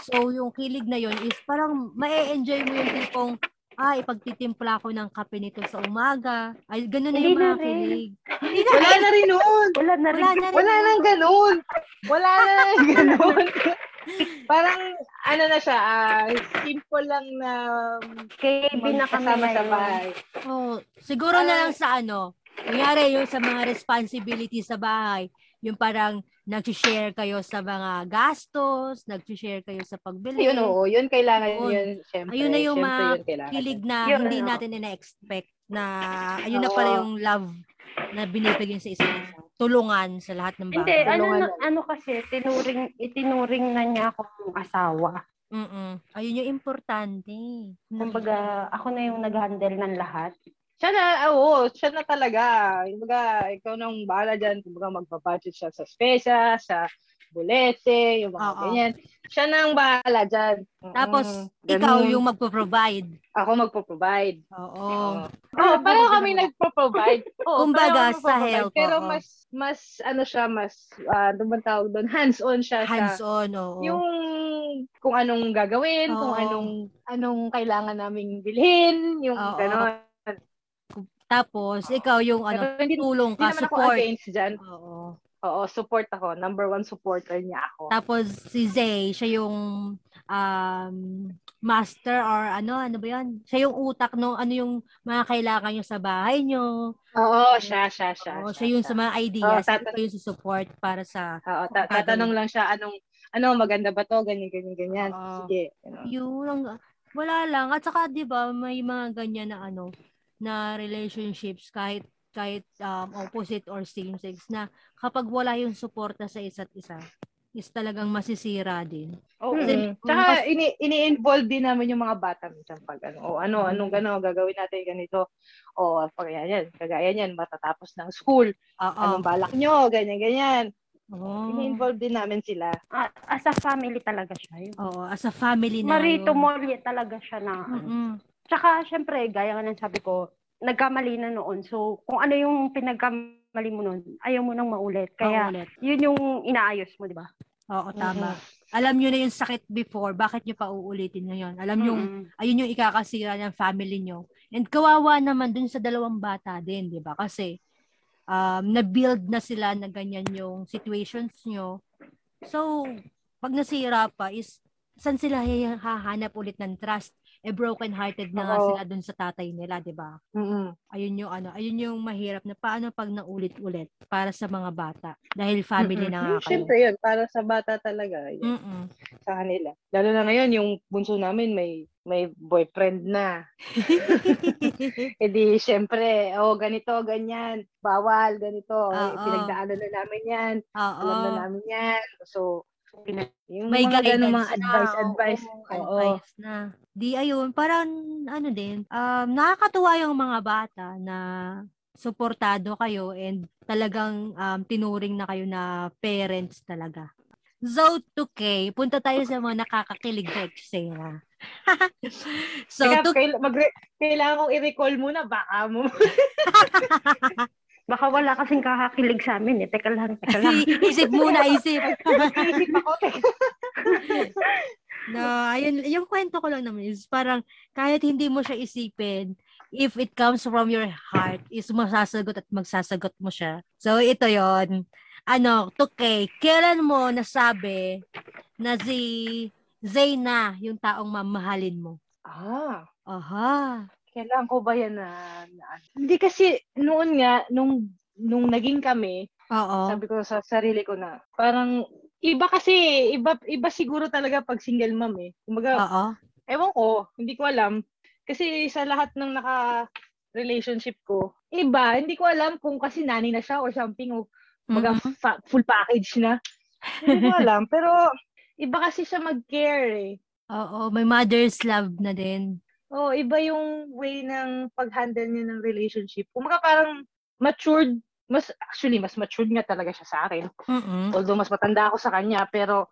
So yung kilig na yon is parang mae-enjoy mo yung tipong ah, ipagtitimpla ko ng kape nito sa umaga. Ay, ganun na Hindi yung mga na rin. kilig. Wala na rin nun! Wala na rin. Wala na rin. Wala nang ganun. Wala na nang ganun. Parang, ano na siya, ah, simple lang na KB na kami magkasama sa ngayon. bahay. Oh, siguro Ah. na lang sa ano, kunyari yung sa mga responsibility sa bahay, yung parang nag-share kayo sa mga gastos, nag-share kayo sa pagbili. Yun, oo. Yun, kailangan Yun. yun. Siyempre. Ayun na yung Siyempre, mga yun, kailangan Kilig yun. na Yun, hindi ano. natin ina-expect na ayun na Oo. pala yung love na binibigyan sa isa't isa. Tulungan sa lahat ng Hindi, bagay. ano, Tulungan na- ano kasi, tinuring, itinuring na niya akong asawa. Mm-mm. Ayun yung importante. Hmm. Kumbaga, ako na yung nag-handle ng lahat. Siya na, ah, oo. Siya na talaga. Kumbaga, ikaw nang bahala dyan. Kumbaga, magbabudget siya sa spesa, sa bulete, yung mga Oo. ganyan. Siya na ang bahala dyan. Mm, Tapos, ganun. ikaw yung magpo-provide. Ako magpo-provide. Oo. Oh, pareho kami nagpo-provide. Oo, Ah, Kumbaga, pareho kami nagpo-provide. sa help, Pero oo. mas, mas, ano siya, mas, uh, tawag doon, hands-on siya sa, Hands-on, oo. yung, kung anong gagawin, kung Oo. anong, anong kailangan naming bilhin, yung Oo. gano'n. Tapos, ikaw yung ano, Pero hindi, tulong hindi ka, naman ako support. against dyan. Oo. Oo, support ako. Number one supporter niya ako. Tapos, si Zay, siya yung um, master or ano, ano ba yun? Siya yung utak nung ano yung mga kailangan nyo sa bahay nyo. Oo, siya, siya, siya. Oo, siya yung sa mga ideas. Oo, tata- ikaw yung support para sa Oo, ta- tatanong lang siya anong ano maganda ba to ganyan ganyan ganyan. Oo. Sige. Ano. Yun, ang, wala lang. At saka, di ba, may mga ganyan na ano, na relationships kahit kahit um, opposite or same sex na kapag wala yung suporta sa isa't isa is talagang masisira din. Oo. Kasi- Mm. Tsaka ini ini-involve din namin yung mga bata minsan pag ano, o ano, anong gano gagawin natin ganito. O pag yan, yan, kagaya niyan matatapos ng school, Oo. anong balak nyo, ganyan ganyan. Oo. Ini-involve din namin sila. A- As a family talaga siya. Yun. Oo, as a family na. Marito yun. Molle talaga siya na. Mm-mm. Tsaka, syempre, gaya nga ng sabi ko, nagkamali na noon. So, kung ano yung pinagkamali mo noon, ayaw mo nang maulit. Oo, Kaya, ulit. yun yung inaayos mo, di ba? Oo, tama. Alam nyo na yung sakit before, bakit nyo pa uulitin ngayon? Alam nyo, Mm-mm. ayun yung ikakasira ng family nyo. And kawawa naman dun sa dalawang bata din, di ba? Kasi um, na-build na sila na ganyan yung situations nyo. So, pag nasira pa is, saan sila hiha- hahanap ulit ng trust? Eh, broken-hearted na nga Oo. sila dun sa tatay nila, di ba? Ayun yung ano, ayun yung mahirap na paano pag naulit-ulit para sa mga bata dahil family na nga Mm-mm. Yung kayo. Mm. Siyempre yun, para sa bata talaga, yun, Mm-mm. sa kanila. Lalo na ngayon, yung bunso namin may may boyfriend na. E di, syempre, oh, ganito, ganyan, bawal, ganito. Oo. Eh, Pinagdaanan na namin yan. Oo. Alam na namin yan. So, yung Ah. May mga ganung guidance mga advice, na, advice. ah, oo, Oo. advice na. Di ayun, parang ano din, um, nakakatuwa yung mga bata na suportado kayo and talagang um, tinuring na kayo na parents talaga. So, okay, punta tayo sa mga nakakakilig na eksena. so, Teka, to- kail- magre- kailangan kong i-recall muna, baka mo. Baka wala kasing kakakilig sa amin eh. Teka lang, teka lang. isip muna, isip. Isip ako, teka. No, ayun, yung kwento ko lang naman is parang kahit hindi mo siya isipin, if it comes from your heart, is masasagot at magsasagot mo siya. So, ito yon Ano, Tukay, kailan mo nasabi na si Zayna yung taong mamahalin mo? Ah, Aha. kailangan ko ba yan na, na- ano? Hindi kasi, noon nga, nung, nung naging kami, Oo. sabi ko sa sarili ko na, parang, iba kasi, iba, iba siguro talaga pag single mom eh. Kumbaga, Oo. Ewan ko, hindi ko alam. Kasi sa lahat ng naka-relationship ko, iba, hindi ko alam kung kasi nani na siya or something, o mga Mm. fa- full package na. Hindi ko alam, pero iba kasi siya mag-care eh. Oo, may mother's love na din. Oo, iba yung way ng pag-handle niya ng relationship. Kumbaga parang matured, mas actually mas matured nga talaga siya sa akin. Mm-mm. Although mas matanda ako sa kanya, pero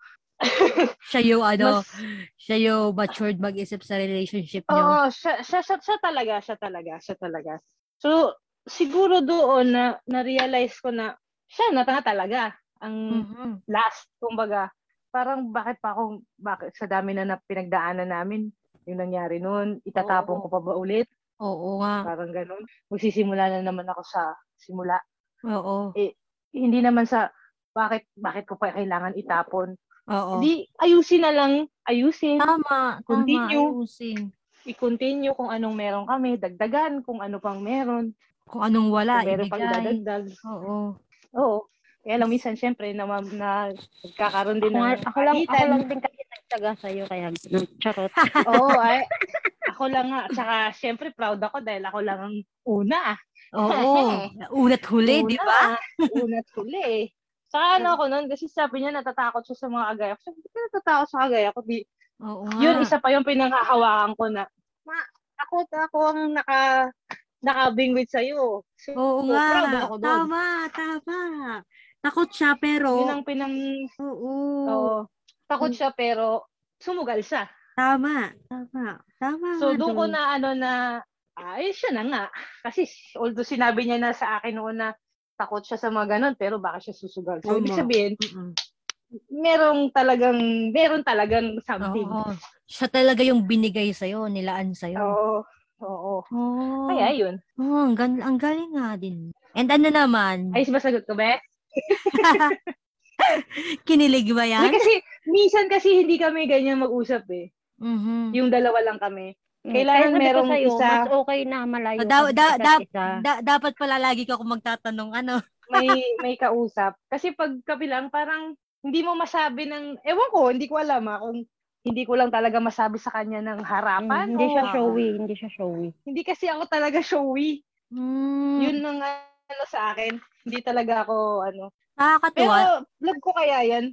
Siya yung ano, mas siya yung matured mag-isip sa relationship niyo. Oo, siya, siya, siya, siya talaga, siya talaga, siya talaga. So, siguro doon na na-realize ko na siya na nga talaga ang Mhm. last, kumbaga. Parang bakit pa ako, bakit sa dami na, na pinagdaanan namin, yung nangyari noon, itatapon Oo. ko pa ba ulit? Oo nga. Parang ganun. Magsisimula na naman ako sa simula. Oo. Hindi naman sa bakit bakit ko pa kailangan itapon. Oo. Hindi, ayusin na lang, ayusin. Tama, Continue. tama, ayusin. I-continue kung anong meron kami, dagdagan kung ano pang meron. Kung anong wala, Kung meron pang ibigay. idadagdag. Oo. Oo. Kaya lang minsan, syempre, na, na nagkakaroon din Ako, nga- ng ako lang, ako palitan. lang din kasi nagtaga sa'yo. Kaya, mm, charot. Oo, ay. Ako lang nga. Tsaka, syempre, proud ako dahil ako lang ang una. ah. Oo. Una't huli, di ba? una at huli eh. Tsaka ano ako nun, kasi sabi niya natatakot siya sa mga agay ako. Sabi ko, natatakot sa agay ako. Di, Oo nga. Yun, isa pa yung pinanghahawakan ko na, ma, ako, ako ang naka, nakabingwit sa'yo. So, Oo so, nga. Oh, proud ako doon. Tama, tama. Takot siya, pero... yun ang pinang, Oo. oo, Mm. takot siya pero sumugal siya. Tama, tama. Tama. So nga doon ko dun. na ano na ay siya na nga kasi although sinabi niya na sa akin noon na takot siya sa mga ganun pero baka siya susugal. So ibig Tama. sabihin, Mm-mm. merong talagang meron talagang something. Oo. Siya talaga yung binigay sa'yo, nilaan sa'yo. Oo. Oo. Oh. Kaya yun. Oh, ang, gan- ang galing nga din. And ano naman? Ayos ba sagot ko, Beth? Kinilig ba yan? Hindi kasi, minsan kasi hindi kami ganyan mag-usap eh. Mhm. Yung dalawa lang kami. Mm. Kailangan Kaya sabi ko merong sa'yo, isa. Mas okay na malayo. So, da- kami da- isa't da- isa. Da- dapat pala lagi ka kung magtatanong ano. May, may kausap. Kasi pag kabilang, parang hindi mo masabi ng, ewan ko, hindi ko alam ah, kung hindi ko lang talaga masabi sa kanya ng Mm, harapan. hindi o- siya showy, hindi siya showy. Hindi kasi ako talaga showy. Mm, Yun ang ano sa akin. Hindi talaga ako ano. Pero nakakatuwa. love ko kaya yan.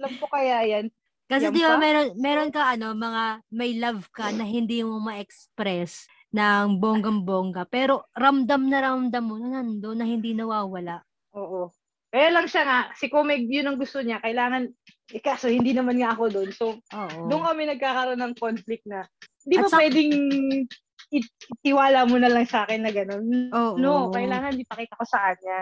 Love ko kaya yan. Kasi Yan di ba pa? meron, meron ka ano, mga may love ka na hindi mo ma-express ng bonggam-bongga. Pero ramdam na ramdam mo na nando na hindi nawawala. Oo. Kaya lang siya nga, si Komeg yun ang gusto niya. Kailangan, eh, kaso hindi naman nga ako doon. So, Oo. doon kami nagkakaroon ng conflict na, di Hmm. At ba sa- pwedeng it- itiwala mo na lang sa akin na gano'n? Oo. No, kailangan ipakita ko sa kanya.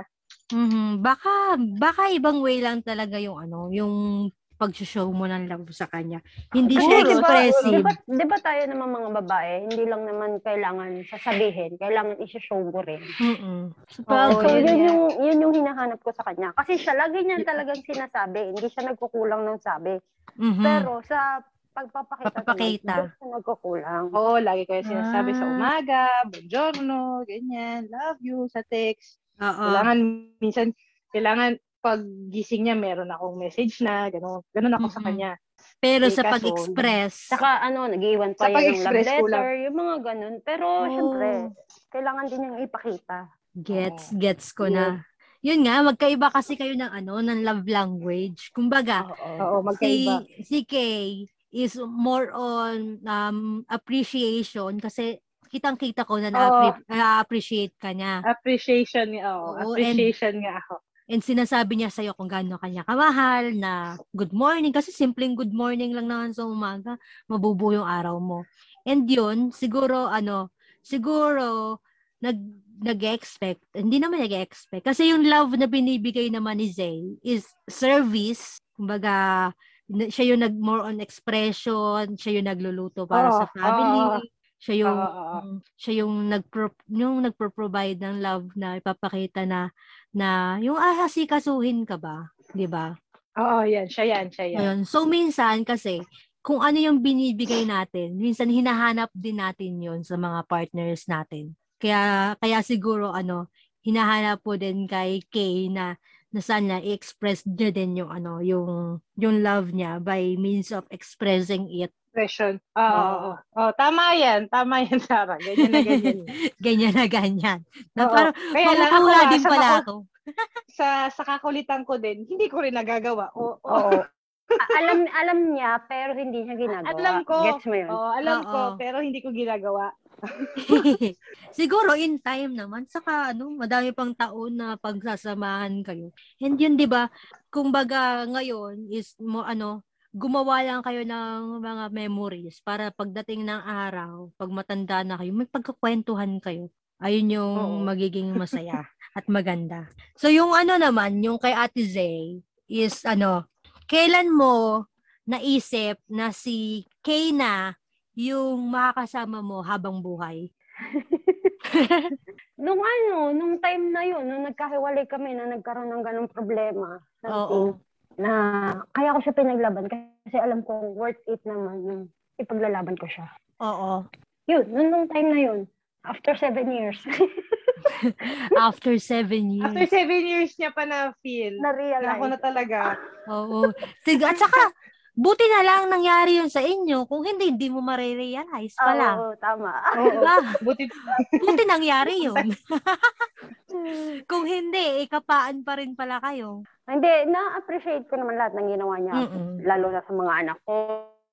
Mhm. Baka, baka ibang way lang talaga yung ano, yung pag-show mo ng love sa kanya. Hindi siya Kasi di expressive. ba- Di ba, di ba tayo naman mga babae, hindi lang naman kailangan sasabihin, kailangan isa-show ko rin. Mm-mm. So, Oo, so, yun yun, nga. yung, yun yung hinahanap ko sa kanya. Kasi siya, lagi niya talagang sinasabi. Hindi siya nagkukulang ng sabi. Mhm. Pero sa pagpapakita, Papapakita. tuloy, doon siya nagkukulang. Oo, lagi ko yung sinasabi sa Ah. umaga, buongiorno, ganyan, love you, sa text. Oo. Kailangan, minsan, kailangan pag gising niya, meron akong message na, gano'n. Gano'n ako sa Mhm. kanya. Pero Eh, sa kaso- pag-express. Saka ano, nag-iwan pa yan ng Sa love pag-express ko lang. letter, yung mga ganun. Pero Oh. syempre, kailangan din niyang ipakita. Gets, gets ko Yun. na. Yun nga, magkaiba kasi kayo ng ano, ng love language. Kumbaga, Ah, Oo, si, magkaiba. si Kay is more on um, appreciation kasi kitang-kita ko na na-appre- na-appreciate ka niya. Appreciation niya, oo. Oo, and- appreciation niya ako. And sinasabi niya sa'yo kung gaano kanya kamahal na good morning kasi simpleng good morning lang naman sa umaga, mabubuo yung araw mo. And yun, siguro ano, siguro nag nag-expect, hindi naman nag-expect kasi yung love na binibigay naman ni Zay is service, kumbaga na- siya yung nag more on expression, siya yung nagluluto para Oo, sa family, oo. siya yung Oo, oo. Mm, siya yung nagpro yung nagpo-provide ng love na ipapakita na na yung ahasikasuhin ka ba, 'di ba? Oo, yan. Siya yan, siya yan. Ayun. So minsan kasi kung ano yung binibigay natin, minsan hinahanap din natin 'yon sa mga partners natin. Kaya kaya siguro ano, hinahanap po din kay Kay na na sana i-express niya din yung ano, yung yung love niya by means of expressing it. Expression. Oo, oo, oo. Oo, tama yan. Tama yan, Sarah. Ganyan na ganyan. Ganyan na ganyan. Na Oo. parang Kaya lang ako, mapupula ah, din sa pala mako- ako. sa, sa kakulitan ko din, hindi ko rin nagagawa. Oo, oo. Oo. A- alam alam niya, pero hindi niya ginagawa. Alam ko. Gets mo yun? Oo, alam ko, Oo. pero hindi ko ginagawa. Siguro in time naman saka ano, madami pang taon na pagsasamahan kayo. And yun 'di ba? Kumbaga ngayon is mo ano, gumawa lang kayo ng mga memories para pagdating ng araw, pag matanda na kayo, may pagkakwentuhan kayo. Ayun yung Oo. magiging masaya at maganda. So yung ano naman, yung kay Ate Zay is ano, kailan mo naisip na si Kay na yung makakasama mo habang buhay? Nung ano, nung time na yun, nung nagkahiwalay kami, na nagkaroon ng ganong problema. something, Oo. Na kaya ko siya pinaglaban kasi alam kong worth it naman yung ipaglalaban ko siya. Oo. Yun, nung, nung time na yun, after seven years, After seven years. After seven years niya pa na-feel. Na na-realize. ako na talaga. Oo. Sig- at saka, buti na lang nangyari yun sa inyo. Kung hindi, hindi mo marirealize pala. Oo, tama. Oo. Diba? Buti, Buti nangyari yun. Kung hindi, ikapaan pa rin pala kayo. Hindi, na-appreciate ko naman lahat ng ginawa Mm. niya. Mm-mm. Lalo na sa mga anak ko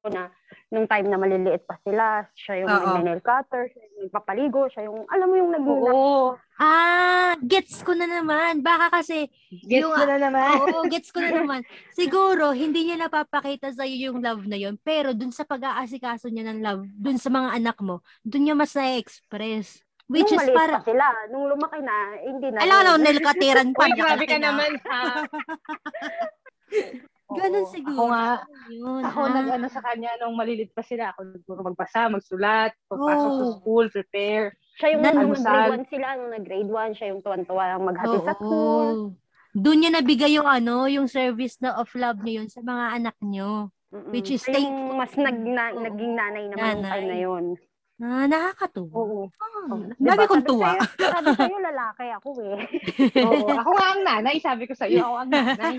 na nung time na maliliit pa sila, siya yung Oo. may nail cutter, siya yung nagpapaligo, siya yung, alam mo yung nag oo. Ah, gets ko na naman. Baka kasi, Gets Yung- ko na naman. oo, gets ko na naman. Siguro, hindi niya napapakita sa iyo yung love na yun. Pero dun sa pag-aasikaso niya ng love, dun sa mga anak mo, dun niya mas na-express. Which nung is maliit para, pa sila, nung lumaki na, hindi na. alam mo, nilkatiran pa Uy, niya grabe kasi ka na- naman, ha? Ganon Oo. siguro. Ako nga, Yun, ako Mm-hmm. ah. nag-ano sa kanya nung malilit pa sila. Ako nagpuro magbasa, magsulat, pagpasok sa Oh. Oo. school, prepare. Siya yung Nan- nung grade Almusal. 1 sila, nung nag-grade 1, siya yung tuwan-tuwa ang maghatid sa Oo. school. Doon niya nabigay yung ano, yung service na of love niya yun sa mga anak niyo. Mm-mm. Which is Siya yung mas nag na, Oo. naging nanay naman yung Nanay. time na yun. Na nakakatuwa. Oo. Ah, Oh, ang Dami diba? kong Sabi tuwa. sa'yo- Sabi sa'yo, lalaki ako eh. Oo, ako nga ang nanay, sabi ko sa'yo, ako ang nanay.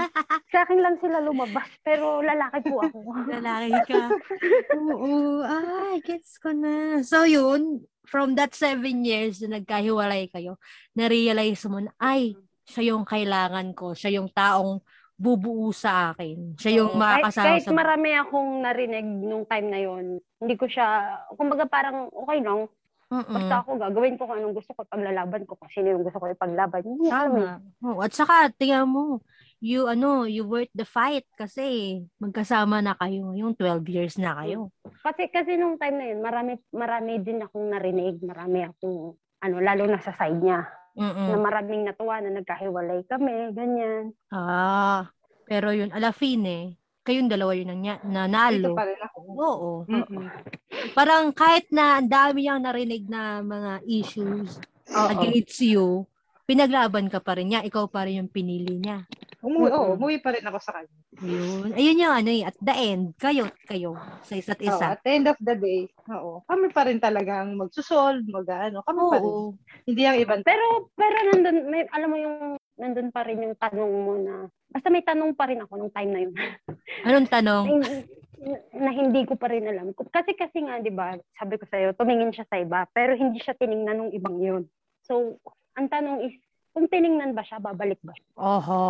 Sa akin lang sila lumabas, pero lalaki po ako. Lalaki ka. Oo. Ah, gets ko na. So yun, from that seven years na nagkahiwalay kayo, na-realize mo na, ay, siya yung kailangan ko. Siya yung taong bubuo sa akin. Siya yung kahit, makakasama kahit sa marami akong narinig nung time na yun, hindi ko siya, kumbaga parang okay lang, Mm-mm. basta ako gagawin ko kung anong gusto ko, paglalaban ko kung sino yung gusto ko ipaglaban. Yun yung kami. Tama. Oo, oh, at saka, tingnan mo, you, ano, you worth the fight kasi magkasama na kayo. Yung 12 years na Hmm. kayo. Kasi, kasi nung time na yun, marami, marami din akong narinig, marami akong, ano, lalo na sa side niya, na Mm-mm. maraming natuwa na nagkahiwalay kami, ganyan. Ah, pero yun, alafin eh. Kayong dalawa yun ang nya- Dito nanalo. pa Hmm. rin ako. Oo. Mm-hmm. Mm-mm. Parang kahit na ang dami niyang narinig na mga issues Oo. against you, pinaglaban ka pa rin niya. Ikaw pa rin yung pinili niya. Umuwi, oo, umuwi pa rin ako sa kanya. Yun. Ayun yung ano eh, at the end, kayo, kayo, sa isa't Oo, isa. at the end of the day, oo, kami pa rin talagang magsusolve, mag-ano, kami pa rin. Oo. Hindi ang ibang tao. Pero, pero nandun, may, alam mo yung, nandun pa rin yung tanong mo na, basta may tanong pa rin ako nung time na yun. Anong tanong? Ay, na, na hindi ko pa rin alam. Kasi kasi nga, 'di ba? Sabi ko sa'yo, tumingin siya sa iba, pero hindi siya tiningnan ng ibang 'yon. So, ang tanong is, kung tiningnan ba siya, babalik ba? siya? Oho.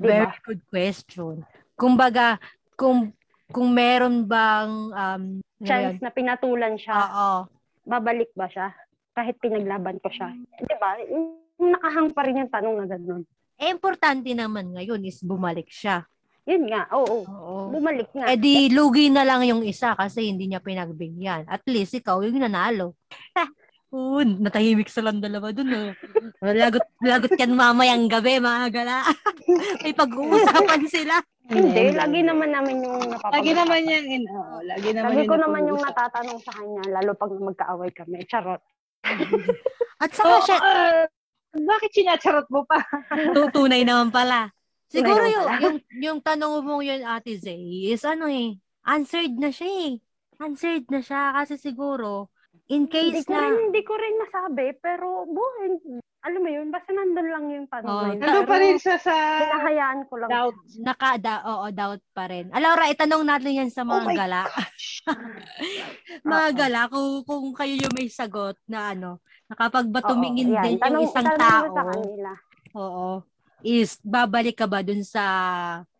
Diba? Very good question. Kumbaga, kung kung meron bang um ano yun? Chance na pinatulan Ah. siya, Oo. babalik ba siya? Kahit pinaglaban ko siya. Hmm. 'Di ba? Yung Nakahang pa rin yung tanong na gano'n. Eh, importante naman ngayon is bumalik siya. Yun nga, oo. Oo. Bumalik nga. Eh di lugi na lang yung isa kasi hindi niya pinagbigyan. At least ikaw yung nanalo. Oo, natahimik sa lang dalawa dun. Oh. Lagot, lagot yan mamayang gabi, mga gala. May pag-uusapan sila. hindi, lagi naman namin yung napapag Lagi naman yan, in, oo, lagi naman Lagi yun ko naman yung napag-usap. natatanong sa kanya, lalo pag magkaaway kami. Charot. At saka Oh, Oo, siya, ah, bakit sinacharot mo pa? Tu- tunay naman pala. Siguro naman yung, yung, yung tanong mong yun, Ate Zay, is ano eh, answered na siya eh. Answered na siya kasi siguro, in Hindi case ko, na, rin, hindi ko rin masabi, pero buhay, alam mo yun, basta nandun lang yung tanong Oh, na yun. Nandun Ano pa rin siya sa Hinahayaan ko lang. doubt. naka, da, oo, doubt pa rin. Alaura, itanong natin yan sa mga Oh my gala. mga gala, kung, kung kayo yung may sagot na ano, na kapag ba Oo, tumingin yan. din Tanong- yung isang tanong tao, mo Sa kanila. oo, is babalik ka ba dun sa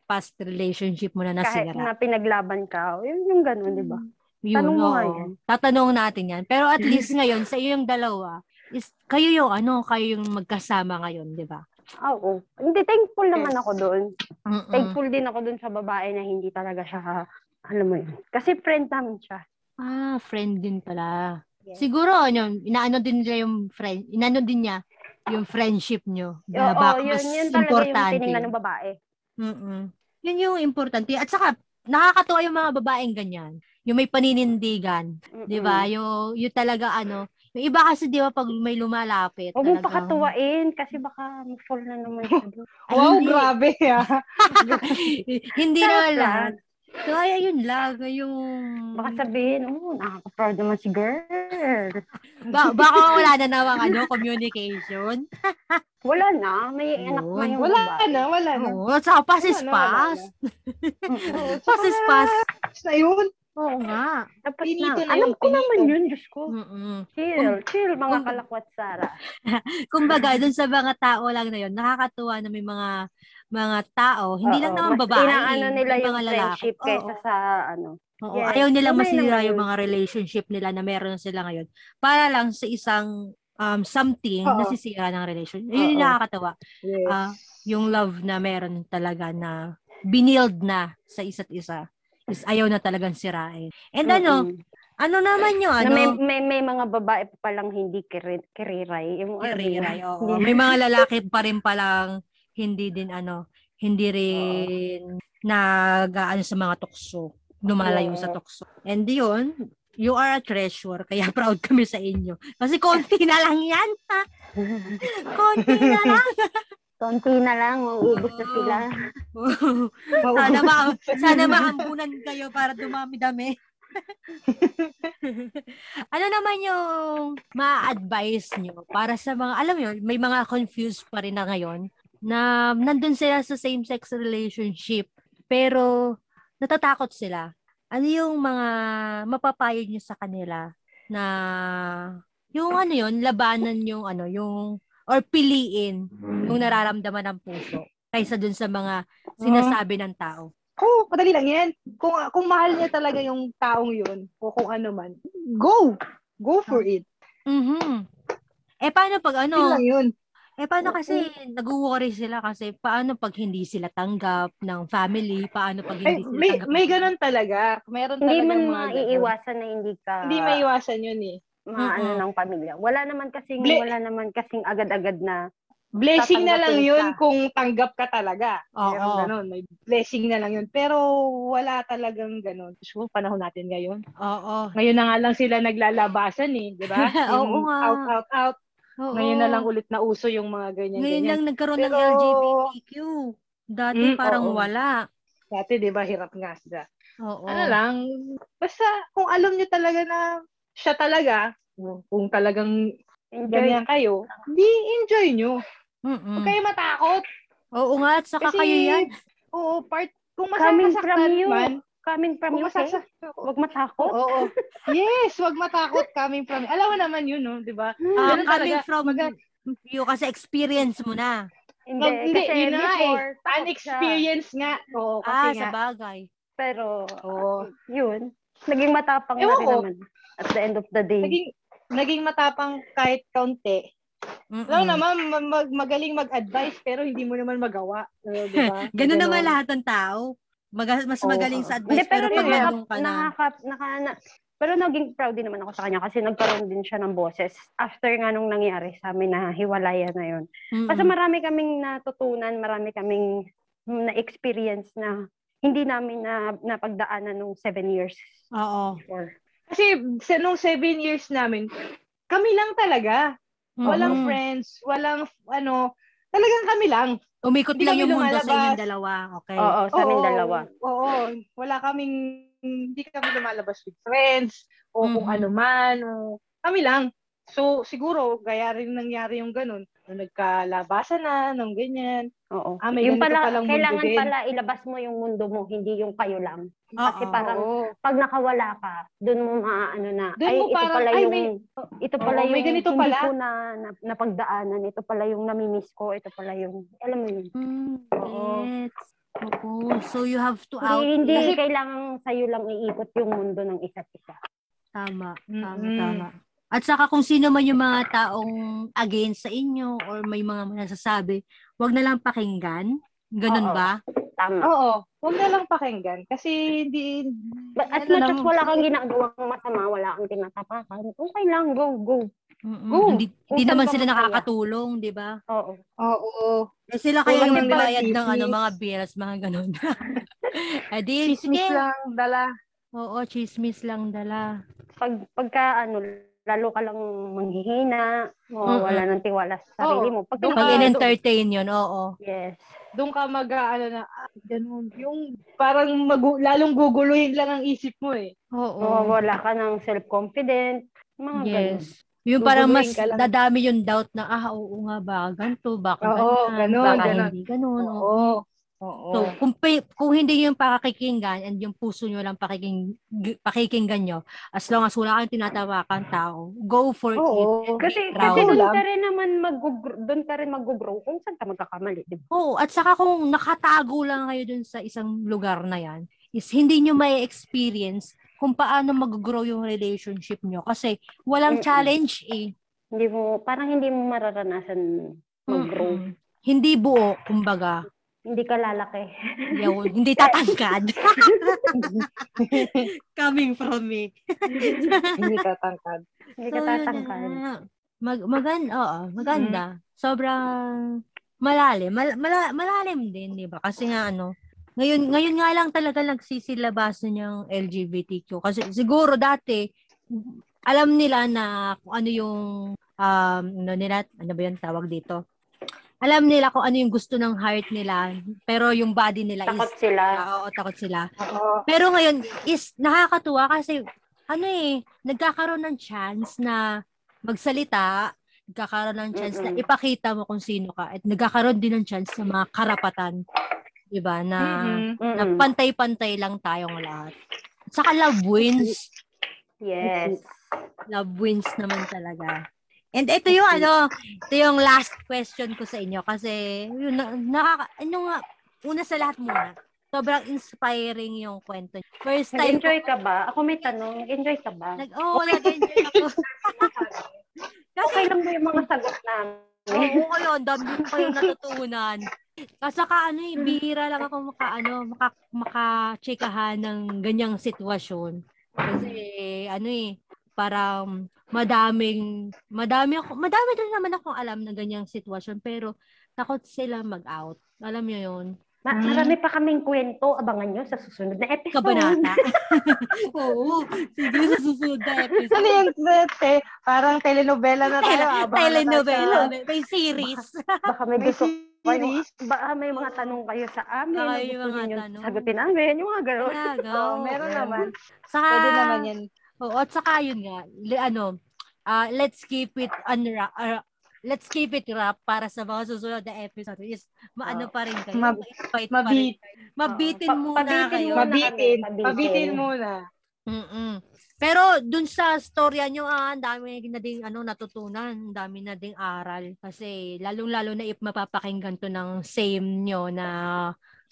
past relationship mo na Kahit nasira? na pinaglaban ka, o, yun yung ganun, di ba? Mm. Yun, Tanong mo oo. nga yan. Tatanong natin yan. Pero at least ngayon, sa iyong dalawa, is kayo yung ano, kayo yung magkasama ngayon, di ba? Ah, Oo. Hindi, thankful naman ako doon. Mm. Mm-mm. Thankful din ako doon sa babae na hindi talaga siya, alam mo yun. Kasi friend namin siya. Ah, friend din pala. Yes. Siguro, ano, inaano din nila yung friend, inaano din niya yung friendship nyo. na Oo, baka yun, mas yun talaga yung tinignan ng babae. Mm-mm. Yun yung importante. At saka, nakakatuwa yung mga babaeng ganyan. Yung may paninindigan, Mm-mm. di ba? Yung, yung talaga ano, yung iba kasi di ba pag may lumalapit. Huwag mong talagang- pakatuwain kasi baka fall na naman siya doon. Ay, Wow, hindi. grabe ah. Hindi na Charot wala. lang. So, ay, ayun lang. Yung... Baka sabihin, oh, nakaka-proud naman si girl. Ba- baka wala na naman ano, communication. Wala na, may anak na Yun. yung Wala babae. na, wala Ano? na. Oo, at saka pass is Wala na, wala pass. Oo, tsaka Pass is pass. na yun. Oo nga. Tapos na, Pinito na alam yun, ko naman pinito. yun, Diyos Mm. ko. Mm-mm. Mm. Chill, chill, mga kung- kalakwat Sara. Ano? Kumbaga, dun sa mga tao lang na yun, nakakatuwa na may mga mga tao, hindi lang Oo, naman mas babae, Inaano nila may yung mga lalaki. friendship kaysa Oo, sa ano. oo. Yes, Ayaw nilang tama yun masira naman yung yun. mga relationship nila na meron sila ngayon para lang sa isang um, something Oo. na sisira ng relationship. Yun yung Oo. nakakatawa. Yes. Ah, yung love na meron talaga na binild na sa isa't isa is ayaw na talagang sirain. And ano, Mm-mm. ano naman yung ano, Na may, may, may mga babae pa palang hindi kiri- kiriray. Yung, ano yun? Kiriray, oo. may mga lalaki pa rin palang hindi din ano, hindi rin nag ano, sa mga tukso, lumalayo sa tukso. And yun, you are a treasure, kaya proud kami sa inyo. Kasi konti na lang yan, ha? konti na lang. Konti na lang, mauubos na sila. Ah, sana ma sana maambunan kayo para dumami-dami. ano naman yung ma-advise nyo para sa mga, alam mo yun, may mga confused pa rin na ngayon na nandun sila sa same-sex relationship pero natatakot sila. Ano yung mga mapapayo nyo sa kanila na yung ano yun, labanan yung ano, yung or piliin yung nararamdaman ng puso kaysa dun sa mga Hmm. sinasabi ng tao. Oo, madali lang yan. Kung, kung mahal niya talaga yung taong yun, o kung ano man, go! Go for it. Mm-hmm. Mhm. Eh paano pag ano? Yun lang yun. Eh paano kasi Mm-hmm. nag-worry sila kasi paano pag hindi sila tanggap ng family, paano pag hindi Ay, sila may, tanggap. may ganun talaga. Meron Hindi talaga man mga ganun. maiiwasan na hindi ka Hindi maiwasan yun eh. maano Mm-mm. ng pamilya. Wala naman kasing, Bli- wala naman kasing agad-agad na Blessing na lang Tatanggapin yun ka. kung tanggap ka talaga. Oo. Meron ganun. May blessing na lang yun. Pero wala talagang ganun. So, panahon natin ngayon. Oo. Ngayon na nga lang sila naglalabasan eh. Di ba? Oo Yung nga. Out, out, out. Oo. Ngayon na lang ulit na uso yung mga ganyan. Ngayon ganyan. lang nagkaroon ng Pero- LGBTQ. Dati Mm, parang oo. wala. Dati, di ba, hirap nga sila. Oo. Ano lang, basta kung alam niyo talaga na siya talaga, kung kung talagang enjoy. ganyan kayo, di enjoy nyo. Mm-mm. Huwag kayo matakot. Oo nga, at saka Kasi, kayo Hmm. yan. oo, part, kung Coming from masasaktan you. man, Coming from kung you, okay? masasaktan, Huwag matakot. oo, oo. yes, wag matakot coming from you. Alam mo naman yun, no, di ba? Ah, Ganun coming talaga. from Maga- you kasi experience mo na. Hindi, Wag- hindi, kasi yun na nga eh. before, takot An siya. experience nga. Oo, kasi Ah, nga. sa bagay. Pero, Oo. yun, naging matapang na Ewan rin ko. naman at the end of the day. Naging, naging matapang kahit kaunti. Mm-mm. Alam mo naman, ma- mag- magaling mag-advise pero hindi mo naman magawa. So, di ba? Ganun naman lahat ng tao. Maga- mas Oo. magaling sa advice Hindi, pero pero pag nakaka- nandun ka na. nakakap, naka, na, pero naging proud din naman ako sa kanya kasi nagkaroon din siya ng boses after nga nung nangyari sa amin na hiwalayan na yun. Mm-mm. Kasi marami kaming natutunan, marami kaming na-experience na hindi namin na napagdaanan nung seven years Oo. before. Kasi sa nung seven years namin, kami lang talaga. Walang Mm-mm. friends, walang ano, talagang kami lang. Umikot Hindi lang kami yung mundo sa lumalabas. inyong dalawa. Okay. Oo, sa amin Oo, dalawa. Oo, wala kaming, hindi kami lumalabas with friends o kung Mhm. ano man. O, kami lang. So, siguro, gaya rin nangyari yung ganun. Nung nagkalabasan na, nung ganyan. Oo. Ah, may ganito palang mundo kailangan din. pala ilabas mo yung mundo mo, hindi yung kayo lang. Kasi Oo. parang Ah, Oo. pag nakawala ka, doon mo maaano na, Doon ay, mo ito parang, pala ay, yung, may- ito pala Oo, yung, may ganito hindi pala. ko na, na napagdaanan, ito pala yung namimiss ko, ito pala yung, alam mo yun. Mm, Oo. gets. Oo. So you have to out. Hindi, hindi Kasi- kailangan sa'yo lang iikot yung mundo ng isa't isa. Tama. Tama, Mm-mm. tama. At saka kung sino man yung mga taong against sa inyo or may mga nasasabi, wag na lang pakinggan. Ganun Oo. ba? Tama. Oo. Huwag na lang pakinggan. Kasi hindi... But as much ano lang, as wala kang ginagawang masama, wala kang tinatapakan, okay lang, go, go. Mm-mm. Oo. Hindi, hindi Kung naman saan sila ka masaya. nakakatulong, di ba? Oo. Oo. Eh, sila kaya Kulang yung ng mga bayad ng ano, chismis. mga bills, mga ganun. Eh di, sige. Chismis lang dala. Oo, chismis lang dala. Pag, pagka, ano, lalo ka lang manghihina, mawawala ng tiwala sa sarili Oo. mo. Pag, Doon Pag Ah, in-entertain yun, oo. yes. Doon ka mag ano na ah, ganun. Yung parang magu- lalong guguluhin lang ang isip mo eh. Oo. Mawawala ka ng self-confident. Mga Oh. ganun. Yes. Yung parang mas Guguluhin ka lang. dadami yung doubt na, ah, oo nga, baka ganito, baka Oo, ganyan, ganun, baka ganun. hindi Ano? ganun. oo. Oo. Oo. So, kung, pa- kung hindi yung pakakikinggan and yung puso nyo lang pakiking, g- pakikinggan nyo, as long as wala kang tinatawakan tao, go for it. Oo. Kasi, Raul. kasi doon Lang. ka rin naman mag-grow, doon ka rin mag-grow kung saan ka magkakamali, di ba? Oo, at saka kung nakatago lang kayo dun sa isang lugar na yan, is hindi nyo may experience kung paano mag-grow yung relationship nyo. Kasi walang Mm-mm. challenge eh. Hindi mo, parang hindi mo mararanasan mag-grow. Mm-mm. Hindi buo, kumbaga. Hindi ka lalaki. Yaw, hindi tatangkad. Coming from me. Hindi tatangkad. Hindi So, ka yun tatangkal. na. Mag magan oo, Mm. maganda. Sobrang malalim. Mal- mala- malalim din, 'di ba? Kasi nga ano, Ngayon, ngayon nga lang talaga nagsisilabasan yung LGBTQ. Kasi siguro dati, alam nila na kung ano yung, um, ano nila, ano ba yung tawag dito? Alam nila kung ano yung gusto ng heart nila, pero yung body nila Takot is, sila. oo, takot sila. Oo. Pero ngayon is nakakatuwa kasi ano eh, nagkakaroon ng chance na magsalita, nagkakaroon ng chance na Mm-mm. ipakita mo kung sino ka at nagkakaroon din ng chance sa mga karapatan, 'di ba? Na, Mhm. na Mm-mm. pantay-pantay lang tayong lahat. At saka love wins, Yes. love wins naman talaga. And ito yung ano, ito yung last question ko sa inyo kasi yun, na, nakaka- ano nga, una sa lahat muna. Sobrang inspiring yung kwento. niyo. First time ko- Nag-enjoy ka ba? Ako may tanong. Nag-enjoy ka ba? Nag, oo, nag-enjoy ako. Kasi, Okay lang ba yung mga sagot namin? oo kayo, ang dami ko kayong natutunan. Kasi ka, ano eh, bihira lang ako maka, ano, maka, makachikahan ng ganyang sitwasyon. Kasi, ano eh, parang madaming, madami ako, madami din naman akong alam ng ganyang sitwasyon, pero takot sila mag-out. Alam niyo yun? Ma- marami pa kaming kwento. Abangan nyo sa susunod na episode. Kabanata. Oo. Sige, sa susunod na Ano episode. yan, te? Parang telenovela na tayo. Tele- abangan na Telenovela. tayo. May series. Baka may May gusto kayo. series. Baka may mga tanong kayo sa amin. Baka na may gusto mga ninyo tanong. Sagutin namin. Yung mga gano'n. Talaga. Oo, Ah. meron naman. Saka, Pwede naman yan. Oo, at saka yun nga, li- ano, ah, let's keep it unwrap, ah, let's keep it wrap para sa mga susunod na episode is maano pa rin kayo, Mab- ma-invite pa rin. Mabit, Mabitin Ah, Pa- muna pabitin kayo. muna. mabitin. Mabitin. Mabitin muna. Mm-mm. Pero dun sa storya nyo, ah, ang dami na ding ano, natutunan, ang dami na ding aral. Kasi lalong-lalo na if mapapakinggan to ng same nyo na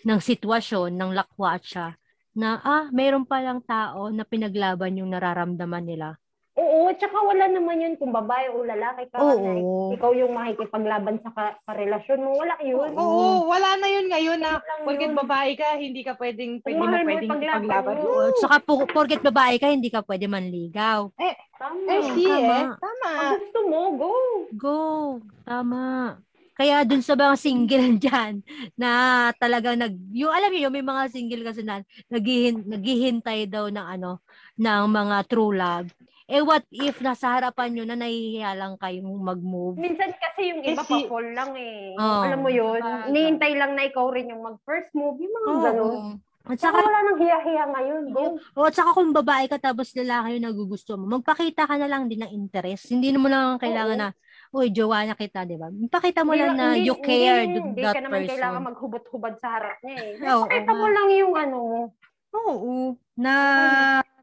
ng sitwasyon, ng lakwatsa, na ah, mayroon palang tao na pinaglaban yung nararamdaman nila. Oo, tsaka wala naman yun kung babae o lalaki ka. na Oo. ikaw yung makikipaglaban sa ka- karelasyon mo. Wala yun. Oo, wala na yun ngayon na Lang Mm. porket yun. babae ka, hindi ka pwedeng, Kung hindi mo mahal mo, pwedeng ipaglaban paglaban. mo. Oo, Tsaka po, porket babae ka, hindi ka pwede manligaw. Tama. Eh, si eh. tama. Tama. Ang gusto mo, go. Go! Tama. Kaya dun sa mga single dyan na talagang nag... Yung, alam niyo, yung may mga single kasi na naghihin, naghihintay daw ng ano, ng mga true love. Eh, what if nasa harapan nyo na nahihiya lang kayong mag-move? Minsan kasi yung Eh, iba pa si- fall lang eh. Oo. Alam mo yun? Diba? Nihintay lang na ikaw rin yung mag-first move. Yung mga Oo. ganun. At Tsaka saka, wala nang hiya-hiya ngayon. Go. o, at saka kung babae ka tapos lalaki yung nagugusto mo, magpakita ka na lang din ng interest. Hindi mo lang kailangan na, uy, jowa na kita, di ba? Pakita mo lang na you care Hindi, to hindi that ka naman person. kailangan maghubad-hubad sa harap niya eh. Oo, Pakita oo mo nga. lang yung ano mo. Oo. Na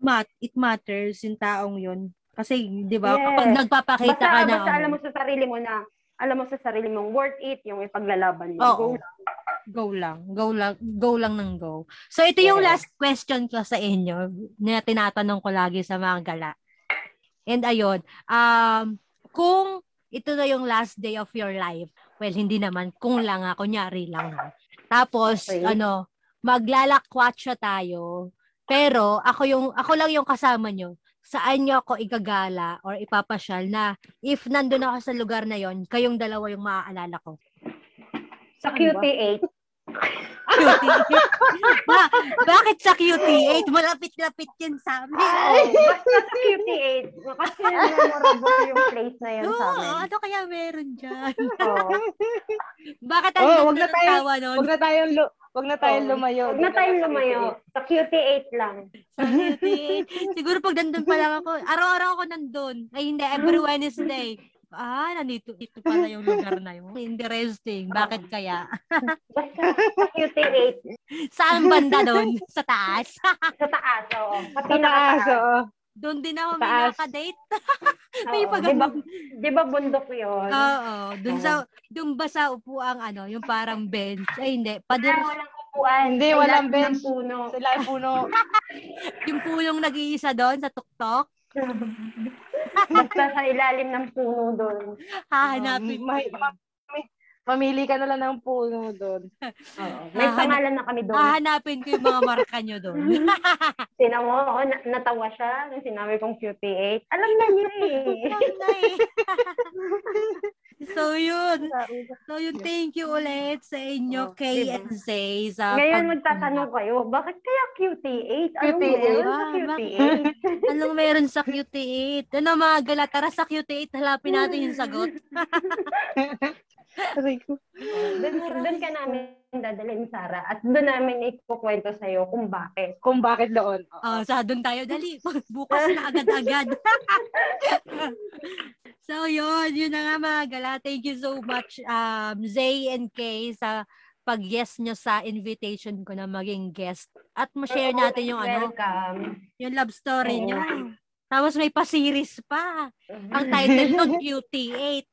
mat it matters yung taong yun. Kasi, di ba, Yes. kapag nagpapakita Basta, ka na, basta ano, alam mo sa sarili mo na alam mo sa sarili mong worth it yung ipaglalaban mo. Oo. Go. go lang, go lang, go lang ng go. So, ito yung Yes. last question ko sa inyo na tinatanong ko lagi sa mga gala. And ayun, um, kung ito na yung last day of your life, well, hindi naman, kung lang nga, kunyari lang. ha. Tapos, Okay. ano, maglalakwatsa tayo, pero ako yung ako lang yung kasama nyo. Saan nyo ako igagala or ipapasyal na if nandun ako sa lugar na yon, kayong dalawa yung maaalala ko. Sa QT8. QT. Ba- bakit sa QT8? Malapit-lapit yun sa amin. Oo, basta sa QT8. Kasi memorable yung place na yun Oo, sa amin. ano kaya meron dyan? Oo. Bakit Oo, ang oh, wag na tayo- tawa nun? Huwag na tayong, lu- wag na tayong Oo. lumayo. Huwag na tayong lumayo. Sa QT8 lang. Sa QT8. Siguro pag nandun pa lang ako, araw-araw ako nandun. Ay hindi, every Wednesday. Ah, nandito ito pala yung lugar na yun. Interesting. Bakit kaya? Basta sa QT8. Saan banda doon? Sa taas? Sa taas, oo. Sa Sa taas, pinakataas. oo. doon din ako may Taas. nakaka-date. Oo, May Ah, pag- Di ba, di ba bundok yun? Oo. Doon sa, doon ba sa upuang ano, yung parang bench? Ay hindi, pader Ah, walang upuan. Hindi, May lahat walang ng bench. Puno. Sa lahat puno. Yung pulong nag-iisa doon sa tuktok, Basta sa ilalim ng puno doon. hahanapin mo. May- um, ma- may- Mamili ka na lang ng puno doon. May Hahan- pangalan na kami doon. Hahanapin ko yung mga marka nyo doon. Tinan mo, ako, na- natawa siya nung sinabi kong QT8. Alam na niya eh. Ayun na eh. So yun. So yun, thank you ulit sa inyo, Oh, Kay diba? and Zay. Sa Ngayon pag- magtatanong kayo, bakit kaya QT8? Anong QT8? meron sa Ah, QT8? Anong meron sa QT8? Ano mga gala? Tara sa QT8, halapin natin yung sagot. Aray ko. Doon, doon ka namin dadalhin, Sarah. At doon namin ikukwento sa'yo kung bakit. Kung bakit doon. Oo. Ah. Oh, sa doon tayo. Dali, bukas na agad-agad. so, yun. Yun na nga mga gala. Thank you so much, um, Zay and Kay, sa pag-yes nyo sa invitation ko na maging guest. At ma-share natin yung ano, Welcome. yung love story nyo. Tapos may pa-series pa. Ang title nun, QT8.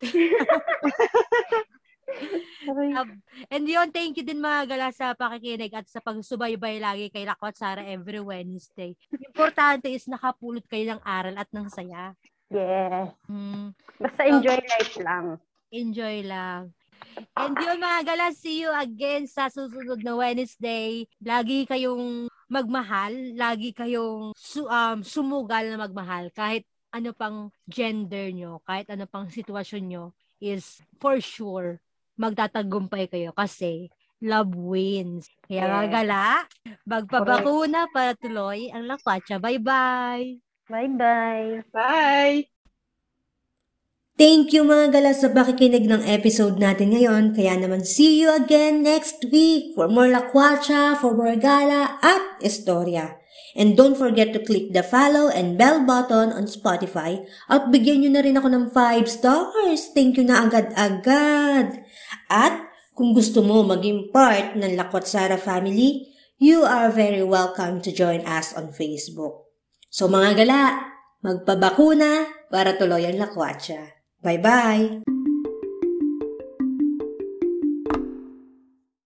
Um, and yun, thank you din mga gala sa pakikinig at sa pagsubaybay lagi kay Lakwat Sara every Wednesday. Importante is nakapulot kayo ng aral at ng saya. Yes. Mm, Basta enjoy life lang. enjoy lang. And yun mga gala, see you again sa susunod na Wednesday. Lagi kayong magmahal, lagi kayong su- um, sumugal na magmahal kahit ano pang gender nyo, kahit ano pang sitwasyon nyo is for sure magtatagumpay kayo kasi love wins. Kaya mga Yes. gala, magpabakuna para tuloy ang lakwatsa. Bye-bye! Bye-bye. Bye! Thank you mga gala sa pakikinig ng episode natin ngayon. Kaya naman see you again next week for more lakwacha, for more gala at istorya. And don't forget to click the follow and bell button on Spotify at bigyan nyo na rin ako ng 5 stars. Thank you na agad-agad. At kung gusto mo maging part ng Lakwat Sara family, you are very welcome to join us on Facebook. So mga gala, magpabakuna para tuloy ang lakwatsa. Bye-bye!